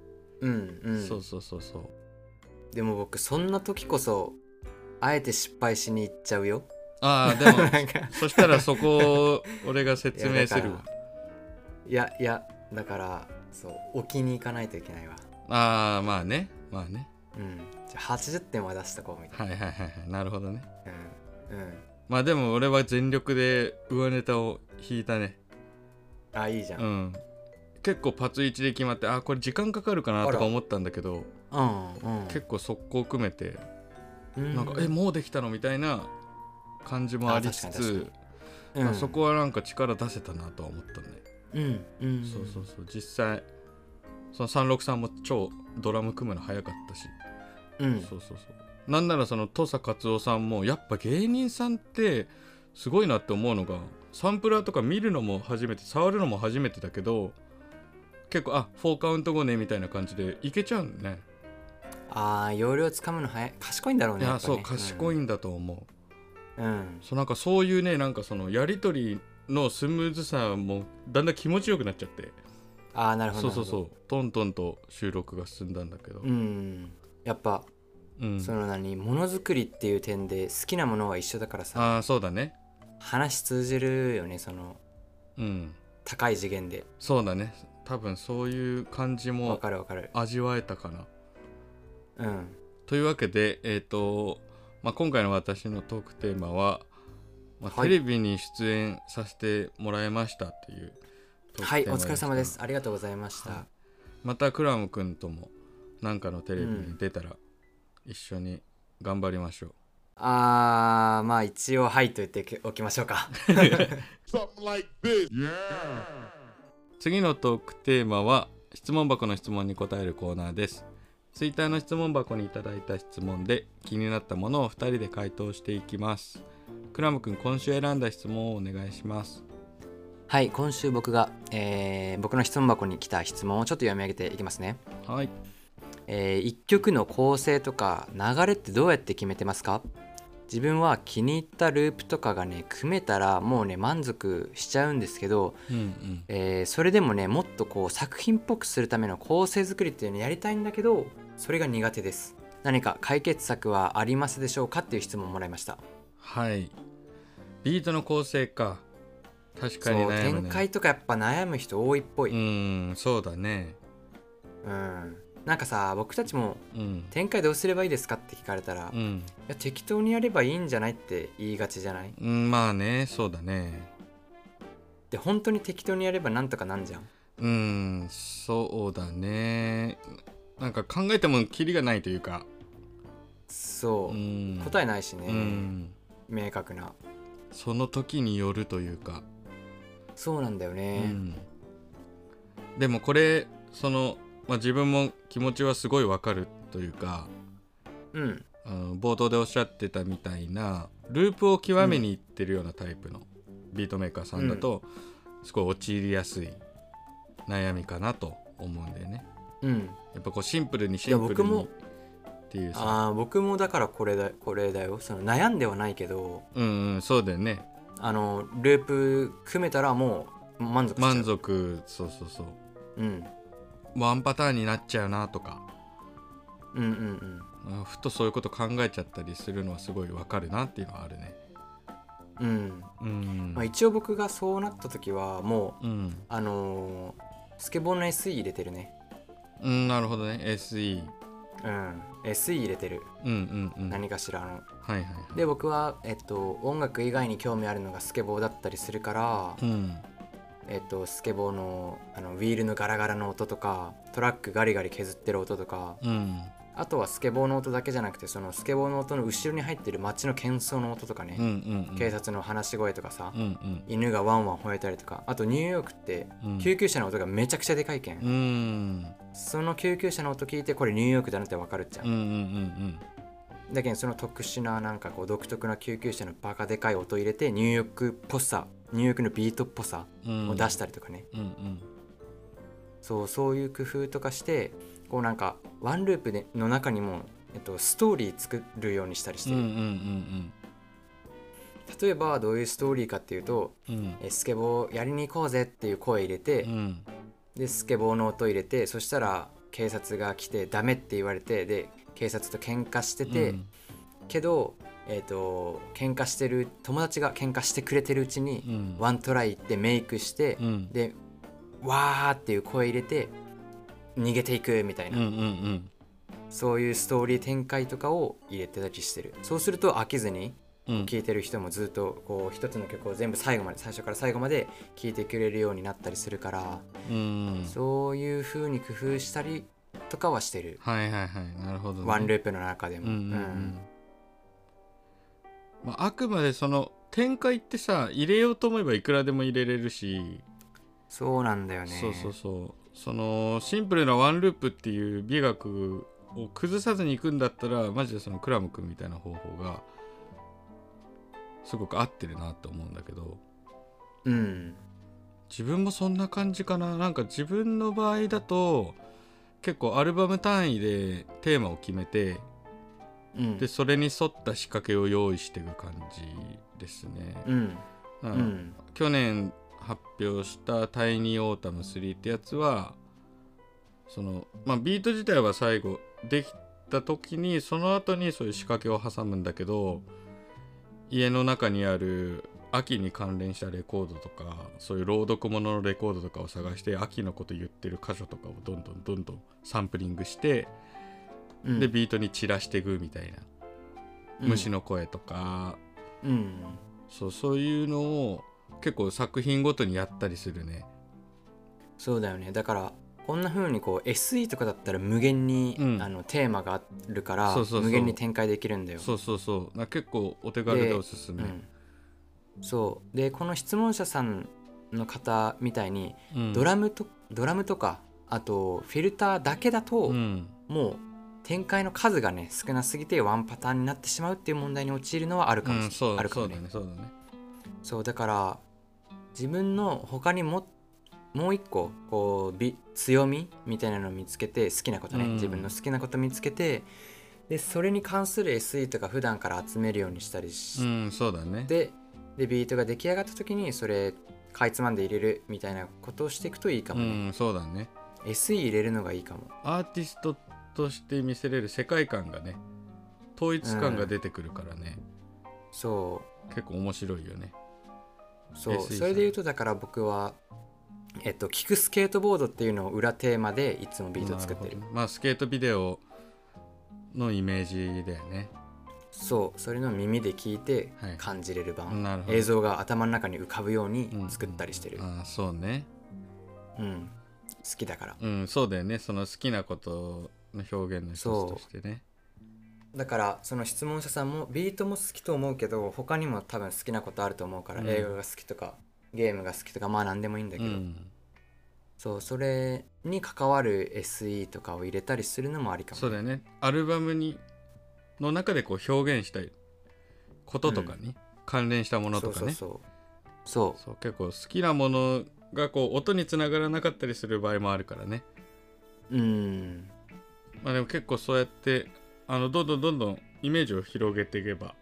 [SPEAKER 2] うんうん
[SPEAKER 1] そうそうそうそう
[SPEAKER 2] でも僕そんな時こそあえて失敗しに行っちゃうよ
[SPEAKER 1] ああでも
[SPEAKER 2] なんか
[SPEAKER 1] そしたらそこを俺が説明するわ。
[SPEAKER 2] いやいやだからそう置きに行かないといけないわ
[SPEAKER 1] ああーまあねまあね
[SPEAKER 2] うんじゃあ80点は出しとこうみたい
[SPEAKER 1] はいはいはいはいなるほどね。
[SPEAKER 2] なうんうん
[SPEAKER 1] まあでも俺は全力で上ネタを引いたね。
[SPEAKER 2] あいいじゃん
[SPEAKER 1] う
[SPEAKER 2] うん
[SPEAKER 1] ん。結構パツ1で決まってあーこれ時間かかるかなと
[SPEAKER 2] あ
[SPEAKER 1] から思ったんだけど
[SPEAKER 2] うん
[SPEAKER 1] 結構速攻組めて
[SPEAKER 2] うん
[SPEAKER 1] なんかえもうできたのみたいな感じもありつ
[SPEAKER 2] あ確かに
[SPEAKER 1] つ
[SPEAKER 2] 確うん
[SPEAKER 1] まあそこはなんか力出せたなとは思ったね。
[SPEAKER 2] うんうん
[SPEAKER 1] そうそうそう実際その363も超ドラム組むの早かったし。
[SPEAKER 2] うん
[SPEAKER 1] そうそうそうなんならその土佐勝夫さんもやっぱ芸人さんってすごいなって思うのがサンプラーとか見るのも初めて触るのも初めてだけど結構あフォーカウント後ねみたいな感じでいけちゃうね
[SPEAKER 2] ああ容量つかむの早い賢いんだろう
[SPEAKER 1] い
[SPEAKER 2] ね
[SPEAKER 1] や
[SPEAKER 2] っぱ
[SPEAKER 1] そう
[SPEAKER 2] ね
[SPEAKER 1] 賢いんだと思う、
[SPEAKER 2] うんうん
[SPEAKER 1] そうなんかそういうねなんかそのやり取りのスムーズさもだんだん気持ちよくなっちゃって
[SPEAKER 2] ああなるほ
[SPEAKER 1] そ
[SPEAKER 2] ど
[SPEAKER 1] うそう
[SPEAKER 2] なるほ
[SPEAKER 1] そうトントンと収録が進んだんだけど
[SPEAKER 2] どうんやっぱ
[SPEAKER 1] うん
[SPEAKER 2] その何ものづくりっていう点で好きなものは一緒だからさ
[SPEAKER 1] ああそうだね
[SPEAKER 2] 話通じるよねその
[SPEAKER 1] うん
[SPEAKER 2] 高い次元で
[SPEAKER 1] そうだね多分そういう感じ
[SPEAKER 2] わ
[SPEAKER 1] も
[SPEAKER 2] かるわかる
[SPEAKER 1] 味わえたかな。
[SPEAKER 2] うん
[SPEAKER 1] というわけで、えーとまあ、今回の私のトークテーマは、まあ
[SPEAKER 2] はい
[SPEAKER 1] テレビに出演させてもらいましたっていうトーク
[SPEAKER 2] はい
[SPEAKER 1] テー
[SPEAKER 2] お
[SPEAKER 1] マ
[SPEAKER 2] 疲れ様ですありがとうございまし
[SPEAKER 1] は
[SPEAKER 2] た
[SPEAKER 1] またクラム君とも何かのテレビに出たら一緒に頑張りましょう、
[SPEAKER 2] あーまあ一応はいと言っておきましょうか
[SPEAKER 3] Something like this. Yeah.
[SPEAKER 1] 次のトークテーマは質問箱の質問に答えるコーナーですツイッターの質問箱にいただいた質問で気になったものを2人で回答していきますクラム君今週選んだ質問をお願いします
[SPEAKER 2] はい今週僕が、えー僕の質問箱に来た質問をちょっと読み上げていきますね、
[SPEAKER 1] はい
[SPEAKER 2] えー一曲の構成とか流れってどうやって決めてますか自分は気に入ったループとかがね組めたらもうね満足しちゃうんですけど、
[SPEAKER 1] うんうん
[SPEAKER 2] えーそれでもねもっとこう作品っぽくするための構成作りっていうのをやりたいんだけどそれが苦手です何か解決策はありますでしょうかっていう質問をもらいました
[SPEAKER 1] はいビートの構成か確か
[SPEAKER 2] そう
[SPEAKER 1] に悩む
[SPEAKER 2] 展
[SPEAKER 1] ね
[SPEAKER 2] 開とかやっぱ悩む人多いっぽい、
[SPEAKER 1] う
[SPEAKER 2] うん
[SPEAKER 1] んそうだね
[SPEAKER 2] なんかさ僕たちも
[SPEAKER 1] うん
[SPEAKER 2] 展開どうすればいいですかって聞かれたら、
[SPEAKER 1] う
[SPEAKER 2] い
[SPEAKER 1] ん、
[SPEAKER 2] や適当にやればいいんじゃないって言いがちじゃない
[SPEAKER 1] うん、まあねそうだね
[SPEAKER 2] で本当に適当にやればなんとかなんじゃん
[SPEAKER 1] うんそうだねなんか考えてもキリがないというか、
[SPEAKER 2] そうう、
[SPEAKER 1] ん、
[SPEAKER 2] 答えないしね、
[SPEAKER 1] うん、
[SPEAKER 2] 明確な
[SPEAKER 1] その時によるというか、
[SPEAKER 2] そうなんだよ
[SPEAKER 1] う
[SPEAKER 2] ね、
[SPEAKER 1] ん、でもこれその、まあ、自分も気持ちはすごいわかるというか
[SPEAKER 2] うん、
[SPEAKER 1] あの冒頭でおっしゃってたみたいなループを極めにいってるようなタイプのビートメーカーさんだと、すごい陥りやすい悩みかなと思うんだよね。
[SPEAKER 2] うん、
[SPEAKER 1] やっぱこうシンプルにシンプル
[SPEAKER 2] いや
[SPEAKER 1] に
[SPEAKER 2] 僕も
[SPEAKER 1] っていうさ
[SPEAKER 2] あー僕もだからこれだこれだよその悩んではないけど
[SPEAKER 1] うんうんそうだよね
[SPEAKER 2] あのループ組めたらもう満足しちゃう
[SPEAKER 1] 満足そうそうそう
[SPEAKER 2] うん、
[SPEAKER 1] ワンパターンになっちゃうなとか
[SPEAKER 2] うんうんうん
[SPEAKER 1] あふとそういうこと考えちゃったりするのはすごいわかるなっていうのはあるね
[SPEAKER 2] うん
[SPEAKER 1] うん、
[SPEAKER 2] まあ、一応僕がそうなった時はもう
[SPEAKER 1] うん、
[SPEAKER 2] あのースケボーの SE 入れてるね
[SPEAKER 1] うん、なるほどね SE
[SPEAKER 2] うん SE 入れてる
[SPEAKER 1] うんうんうんはい
[SPEAKER 2] 何かしらの
[SPEAKER 1] はいはい
[SPEAKER 2] で僕はえっと音楽以外に興味あるのがスケボーだったりするから、
[SPEAKER 1] うん
[SPEAKER 2] えっと、スケボーのあのウィールのガラガラの音とかトラックガリガリ削ってる音とか
[SPEAKER 1] うん
[SPEAKER 2] あとはスケボーの音だけじゃなくてそのスケボーの音の後ろに入ってる街の喧騒の音とかね、
[SPEAKER 1] うんうんうん
[SPEAKER 2] 警察の話し声とかさ、
[SPEAKER 1] うんうん
[SPEAKER 2] 犬がワンワン吠えたりとかあとニューヨークって
[SPEAKER 1] うん
[SPEAKER 2] 救急車の音がめちゃくちゃでかいけ
[SPEAKER 1] う
[SPEAKER 2] ん、
[SPEAKER 1] んうん
[SPEAKER 2] その救急車の音聞いてこれニューヨークだなってわかるじゃ、
[SPEAKER 1] うんんうん
[SPEAKER 2] だけどその特殊ななんかこう独特な救急車のバカでかい音入れてニューヨークっぽさニューヨークのビートっぽさ
[SPEAKER 1] うん
[SPEAKER 2] を出したりとかね、
[SPEAKER 1] うんうん
[SPEAKER 2] そうそういう工夫とかしてこうなんかワンループでの中にも、えっと、ストーリー作るようにしたりし
[SPEAKER 1] う
[SPEAKER 2] て
[SPEAKER 1] んう
[SPEAKER 2] る、
[SPEAKER 1] ん
[SPEAKER 2] 例えばどういうストーリーかっていうと
[SPEAKER 1] うんうん
[SPEAKER 2] えスケボーやりに行こうぜっていう声入れて、
[SPEAKER 1] うん
[SPEAKER 2] でスケボーの音入れてそしたら警察が来てダメって言われてで警察と喧嘩してて、
[SPEAKER 1] うん
[SPEAKER 2] けど、えー、と喧嘩してる友達が喧嘩してくれてるうちに、
[SPEAKER 1] うん
[SPEAKER 2] ワントライってメイクして、
[SPEAKER 1] うん
[SPEAKER 2] でわーっていう声入れて逃げていくみたい
[SPEAKER 1] うん
[SPEAKER 2] な、
[SPEAKER 1] うんうん
[SPEAKER 2] そういうストーリー展開とかを入れてたりしてるそうすると飽きずに
[SPEAKER 1] うん
[SPEAKER 2] 聴いてる人もずっとこう一つの曲を全部最後まで最初から最後まで聴いてくれるようになったりするから、
[SPEAKER 1] うん
[SPEAKER 2] そういう風に工夫したりとかはしてる、
[SPEAKER 1] はいはいはいなるほどね
[SPEAKER 2] ワンループの中でも、
[SPEAKER 1] うんうんうんまあ、あくまでその展開ってさ入れようと思えばいくらでも入れれるし、
[SPEAKER 2] そうなんだよね
[SPEAKER 1] そうそうそうそのシンプルなワンループっていう美学を崩さずにいくんだったらマジでそのクラム君みたいな方法がすごく合ってるなと思うんだけど
[SPEAKER 2] うん
[SPEAKER 1] 自分もそんな感じかななんか自分の場合だと結構アルバム単位でテーマを決めて
[SPEAKER 2] うん
[SPEAKER 1] でそれに沿った仕掛けを用意していく感じですね。
[SPEAKER 2] うん
[SPEAKER 1] うん
[SPEAKER 2] うん
[SPEAKER 1] 去年発表した「タイニーオータム3」ってやつはその、まあ、ビート自体は最後できた時にその後にそういう仕掛けを挟むんだけど家の中にある秋に関連したレコードとかそういう朗読もののレコードとかを探して秋のこと言ってる箇所とかをどんどんどんどんサンプリングして
[SPEAKER 2] うん
[SPEAKER 1] でビートに散らしていくみたいな、
[SPEAKER 2] うん
[SPEAKER 1] 虫の声とか
[SPEAKER 2] うん
[SPEAKER 1] そうそういうのを結構作品ごとにやったりするね
[SPEAKER 2] そうだよねだからこんな風にこう SE とかだったら無限に、
[SPEAKER 1] うん
[SPEAKER 2] あのテーマがあるから
[SPEAKER 1] そうそうそう
[SPEAKER 2] 無限に展開できるんだよ
[SPEAKER 1] そうそうそうな結構お手軽で
[SPEAKER 2] で
[SPEAKER 1] おすすめ
[SPEAKER 2] うん、そうでこの質問者さんの方みたいに
[SPEAKER 1] うん
[SPEAKER 2] ドラムとドラムとかあとフィルターだけだと、
[SPEAKER 1] うん
[SPEAKER 2] もう展開の数がね少なすぎてワンパターンになってしまうっていう問題に陥るのはあるかも
[SPEAKER 1] う
[SPEAKER 2] しれない、
[SPEAKER 1] んそう
[SPEAKER 2] あるか
[SPEAKER 1] そ
[SPEAKER 2] も
[SPEAKER 1] う
[SPEAKER 2] ね
[SPEAKER 1] だねそうだね
[SPEAKER 2] そうだから自分の他にももう一個こう美強みみたいなのを見つけて好きなことね、
[SPEAKER 1] うん
[SPEAKER 2] 自分の好きなこと見つけてでそれに関する SE とか普段から集めるようにしたり
[SPEAKER 1] う
[SPEAKER 2] し
[SPEAKER 1] んそうだね
[SPEAKER 2] て、でビートが出来上がった時にそれかいつまんで入れるみたいなことをしていくといいか
[SPEAKER 1] う
[SPEAKER 2] もね、
[SPEAKER 1] んそうだね
[SPEAKER 2] SE 入れるのがいいかも
[SPEAKER 1] アーティストとして見せれる世界観がね統一感が出てくるからね、
[SPEAKER 2] そう
[SPEAKER 1] 結構面白いよね
[SPEAKER 2] そう
[SPEAKER 1] SE
[SPEAKER 2] それで言うとだから僕はえっとキックスケートボードっていうのを裏テーマでいつもビート作ってる
[SPEAKER 1] なほどまあスケートビデオのイメージだよね
[SPEAKER 2] そうそれの耳で聞いて
[SPEAKER 1] はい
[SPEAKER 2] 感じれる版、
[SPEAKER 1] なるほど
[SPEAKER 2] 映像が頭の中に浮かぶように
[SPEAKER 1] うん
[SPEAKER 2] 作ったりしてる、うん
[SPEAKER 1] ああそうね
[SPEAKER 2] 好きだから
[SPEAKER 1] うんそうだよねその好きなことの表現の一つとしてね
[SPEAKER 2] だからその質問者さんもビートも好きと思うけど他にも多分好きなことあると思うから、
[SPEAKER 1] うん
[SPEAKER 2] 映画が好きとかゲームが好きとかまあ何でもいいんだけ
[SPEAKER 1] う
[SPEAKER 2] ど、
[SPEAKER 1] ん
[SPEAKER 2] そうそれに関わる SE とかを入れたりするのもありかも
[SPEAKER 1] そうだよねアルバムにの中でこう表現したいこととかに、関連したものとかね
[SPEAKER 2] そうそうそうそう
[SPEAKER 1] そう結構好きなものがこう音につながらなかったりする場合もあるからね
[SPEAKER 2] うん
[SPEAKER 1] まあでも結構そうやってあのどんどんどんどんイメージを広げていけば、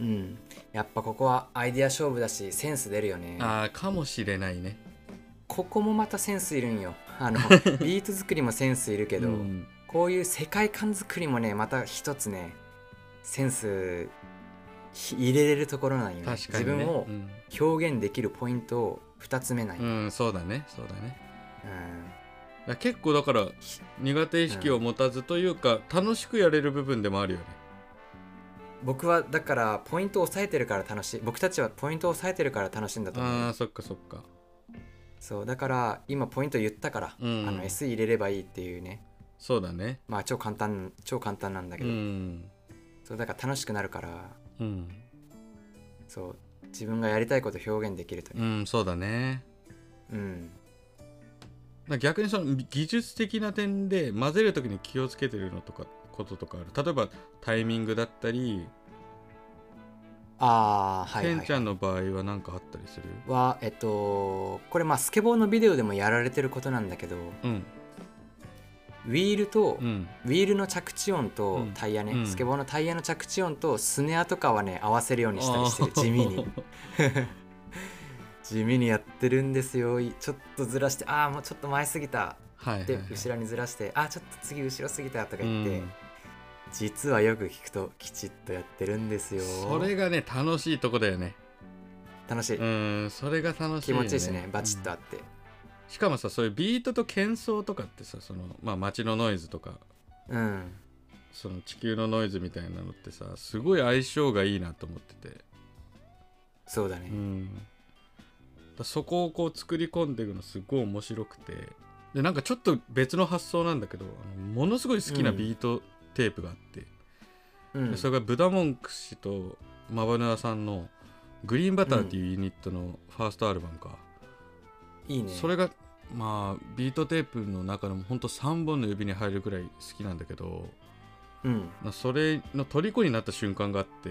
[SPEAKER 2] うん、やっぱここはアイディア勝負だしセンス出るよね
[SPEAKER 1] ああかもしれないね
[SPEAKER 2] ここもまたセンスいるんよあ のビート作りもセンスいるけど、
[SPEAKER 1] うん
[SPEAKER 2] こういう世界観作りもねまた一つねセンスひ入れれるところなんよね
[SPEAKER 1] 確かに、ね、
[SPEAKER 2] 自分を表現できるポイントを2つ目ない、
[SPEAKER 1] う
[SPEAKER 2] うん
[SPEAKER 1] ん、うんそうだねそうだねだから結構だから苦手意識を持たずというか、楽しくやれる部分でもあるよね
[SPEAKER 2] 僕はだからポイントを抑えてるから楽しい僕たちはポイントを抑えてるから楽しいんだと思う
[SPEAKER 1] あ
[SPEAKER 2] よ
[SPEAKER 1] あそっかそっか
[SPEAKER 2] そうだから今ポイント言ったから、
[SPEAKER 1] うん
[SPEAKER 2] あの S 入れればいいっていうね
[SPEAKER 1] そうだね
[SPEAKER 2] まあ超簡単超簡単なんだけ
[SPEAKER 1] う
[SPEAKER 2] ど、
[SPEAKER 1] ん
[SPEAKER 2] そうだから楽しくなるから
[SPEAKER 1] うん、
[SPEAKER 2] そう自分がやりたいこと表現できると
[SPEAKER 1] う
[SPEAKER 2] ね
[SPEAKER 1] ん、そうだね
[SPEAKER 2] うん、
[SPEAKER 1] だから逆にその技術的な点で混ぜる時に気をつけてるのとかこととかある例えばタイミングだったり、
[SPEAKER 2] ああはい
[SPEAKER 1] ケ
[SPEAKER 2] はい
[SPEAKER 1] ンちゃんの場合は何かあったりする
[SPEAKER 2] はえっとこれまあスケボーのビデオでもやられてることなんだけど
[SPEAKER 1] うん
[SPEAKER 2] ウィールと、
[SPEAKER 1] うん
[SPEAKER 2] ウィールの着地音
[SPEAKER 1] う
[SPEAKER 2] と
[SPEAKER 1] ん
[SPEAKER 2] タイヤね、
[SPEAKER 1] うん
[SPEAKER 2] スケボーのタイヤの着地音とスネアとかはね合わせるようにしたりしてる
[SPEAKER 1] あー
[SPEAKER 2] 地 味に地味にやってるんですよいちょっとずらしてああもうちょっと前すぎた
[SPEAKER 1] はいはい
[SPEAKER 2] で
[SPEAKER 1] はい
[SPEAKER 2] 後ろにずらしてああちょっと次後ろすぎたとか言って、
[SPEAKER 1] うん
[SPEAKER 2] 実はよく聞くときちっとやってるんですよ
[SPEAKER 1] それがね楽しいとこだよね
[SPEAKER 2] 楽しい、
[SPEAKER 1] うんそれが楽しい
[SPEAKER 2] 気
[SPEAKER 1] よ、ね、
[SPEAKER 2] 持ちいいしねバチッとあって、
[SPEAKER 1] しかもさそういうビートと喧騒とかってさその、まあ、街のノイズとか
[SPEAKER 2] うん
[SPEAKER 1] その地球のノイズみたいなのってさすごい相性がいいなと思ってて、
[SPEAKER 2] そうだね、
[SPEAKER 1] うん、だからそこをこう作り込んでいくのすごい面白くてでなんかちょっと別の発想なんだけどあのものすごい好きなビートテープがあって、
[SPEAKER 2] うん
[SPEAKER 1] でそれがブダモンク氏とマバヌアさんの「グリーンバター」っていうユニットのファーストアルバムか、
[SPEAKER 2] いいね
[SPEAKER 1] それがまあビートテープの中でもほんと3本の指に入るくらい好きなんだけど、
[SPEAKER 2] うん
[SPEAKER 1] まあそれの虜になった瞬間があって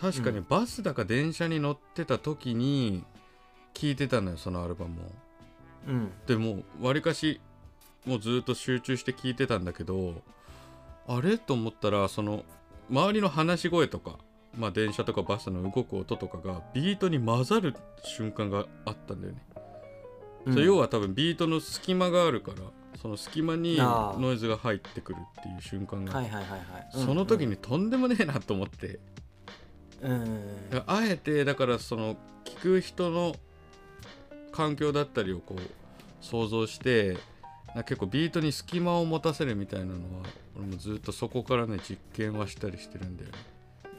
[SPEAKER 1] 確か
[SPEAKER 2] う
[SPEAKER 1] に
[SPEAKER 2] ん
[SPEAKER 1] バスだか電車に乗ってた時に聴いてたのよそのアルバムを。
[SPEAKER 2] うん
[SPEAKER 1] でもうわりかしもうずっと集中して聴いてたんだけどあれと思ったらその周りの話し声とか、まあ、電車とかバスの動く音とかがビートに混ざる瞬間があったんだよね。
[SPEAKER 2] うん
[SPEAKER 1] それ要は多分ビートの隙間があるからその隙間に
[SPEAKER 2] あー
[SPEAKER 1] ノイズが入ってくるっていう瞬間が、
[SPEAKER 2] はいはいはいはい
[SPEAKER 1] その時
[SPEAKER 2] に
[SPEAKER 1] にとんでもねえなと思って、
[SPEAKER 2] うんうん
[SPEAKER 1] だからあえてだからその聞く人の環境だったりをこう想像してなんか結構ビートに隙間を持たせるみたいなのは俺もずっとそこからね実験はしたりしてるんだよね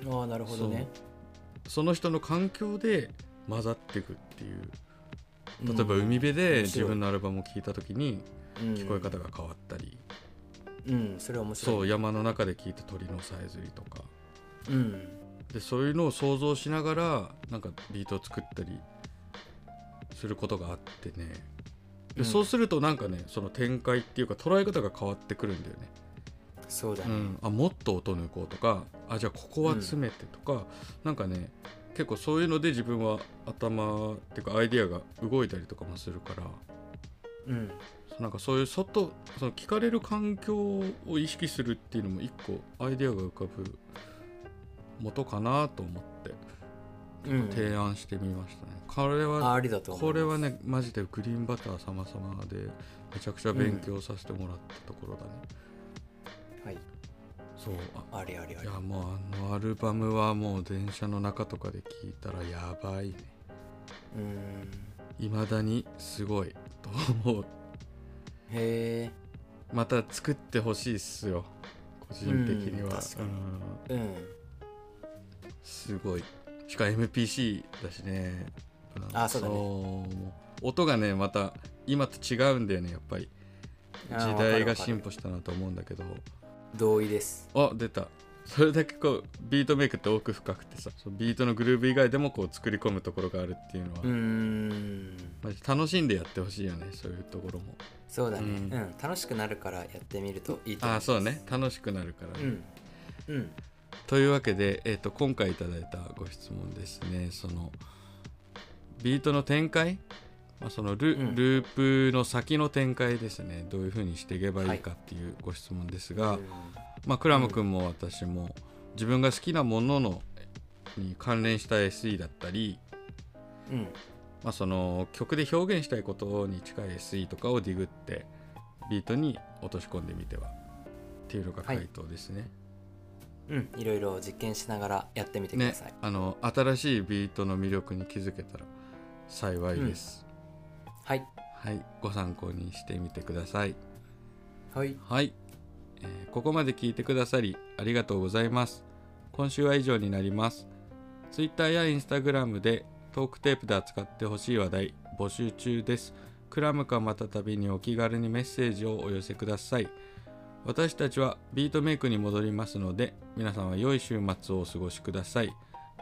[SPEAKER 2] うんああなるほどね
[SPEAKER 1] その人の環境で混ざっていくっていう
[SPEAKER 2] うん
[SPEAKER 1] 例えば海辺で
[SPEAKER 2] 面白い
[SPEAKER 1] 自分のアルバムを聴いた時に
[SPEAKER 2] うん
[SPEAKER 1] 聞こえ方が変わったり、
[SPEAKER 2] うんそれ面白い
[SPEAKER 1] そう山の中で聞いた鳥のさえずりとか
[SPEAKER 2] うん
[SPEAKER 1] でそういうのを想像しながらなんかビートを作ったりすることがあってね、で
[SPEAKER 2] うん
[SPEAKER 1] そうするとなんかねその展開っていうか捉え方が変わってくるんだよね、
[SPEAKER 2] そうだ
[SPEAKER 1] う
[SPEAKER 2] ね、
[SPEAKER 1] ん、あもっと音抜こうとかあじゃあここは詰めてとか、なんかね結構そういうので自分は頭っていうかアイディアが動いたりとかもするから
[SPEAKER 2] うん、
[SPEAKER 1] なんかそういう外その聞かれる環境を意識するっていうのも一個アイデアが浮かぶ元かなと思って
[SPEAKER 2] うん、
[SPEAKER 1] 提案してみましたね。これは
[SPEAKER 2] ありだと思う
[SPEAKER 1] これはねマジでグリーンバター様様でめちゃくちゃ勉強させてもらったところだね。
[SPEAKER 2] はい
[SPEAKER 1] そうあ
[SPEAKER 2] ありありあ
[SPEAKER 1] い
[SPEAKER 2] り
[SPEAKER 1] やもうあのアルバムはもう電車の中とかで聞いたらやばいね。
[SPEAKER 2] うん
[SPEAKER 1] 未だにすごいと思う。
[SPEAKER 2] へ
[SPEAKER 1] また作ってほしいっすよ個人的には、
[SPEAKER 2] うん確かに
[SPEAKER 1] うん
[SPEAKER 2] えうん
[SPEAKER 1] すごいしかも MPC だしね
[SPEAKER 2] あそうだね
[SPEAKER 1] そう音がねまた今と違うんだよねやっぱり
[SPEAKER 2] あ
[SPEAKER 1] 時
[SPEAKER 2] わか
[SPEAKER 1] 代
[SPEAKER 2] る
[SPEAKER 1] が
[SPEAKER 2] わかる
[SPEAKER 1] 進歩したなと思うんだけど
[SPEAKER 2] 同意です
[SPEAKER 1] あ出たそれだけこうビートメイクって奥深くてさそのビートのグルーヴ以外でもこう作り込むところがあるっていうのは、
[SPEAKER 2] うん
[SPEAKER 1] マジ楽しんでやってほしいよねそういうところも
[SPEAKER 2] そうだね、
[SPEAKER 1] う
[SPEAKER 2] うんん楽しくなるからやってみるといいと思い
[SPEAKER 1] あ
[SPEAKER 2] ます
[SPEAKER 1] そうね楽しくなるからね、
[SPEAKER 2] うんうん
[SPEAKER 1] というわけで、えー、と今回いただいたご質問ですねそのビートの展開、まあ、そのル,、
[SPEAKER 2] うん
[SPEAKER 1] ループの先の展開ですねどういうふうにしていけばいいかっていうご質問ですが、まあ、クラム君も私も自分が好きなもののに関連した SE だったり、
[SPEAKER 2] うんうん
[SPEAKER 1] まあ、その曲で表現したいことに近い SE とかをディグってビートに落とし込んでみてはっていうのが回答ですね。
[SPEAKER 2] うん、いろいろ実験しながらやってみてください、
[SPEAKER 1] ね、あの新しいビートの魅力に気づけたら幸いです、
[SPEAKER 2] はい
[SPEAKER 1] はいご参考にしてみてください
[SPEAKER 2] はい
[SPEAKER 1] はい、えーここまで聞いてくださりありがとうございます今週は以上になります Twitter や Instagram でトークテープで扱ってほしい話題募集中ですクラムかまたたびにお気軽にメッセージをお寄せください私たちはビートメイクに戻りますので皆さんは良い週末をお過ごしください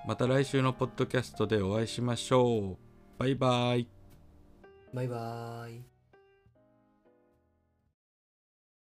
[SPEAKER 1] また来週のポッドキャストでお会いしましょうバイバイ
[SPEAKER 2] バイバーイ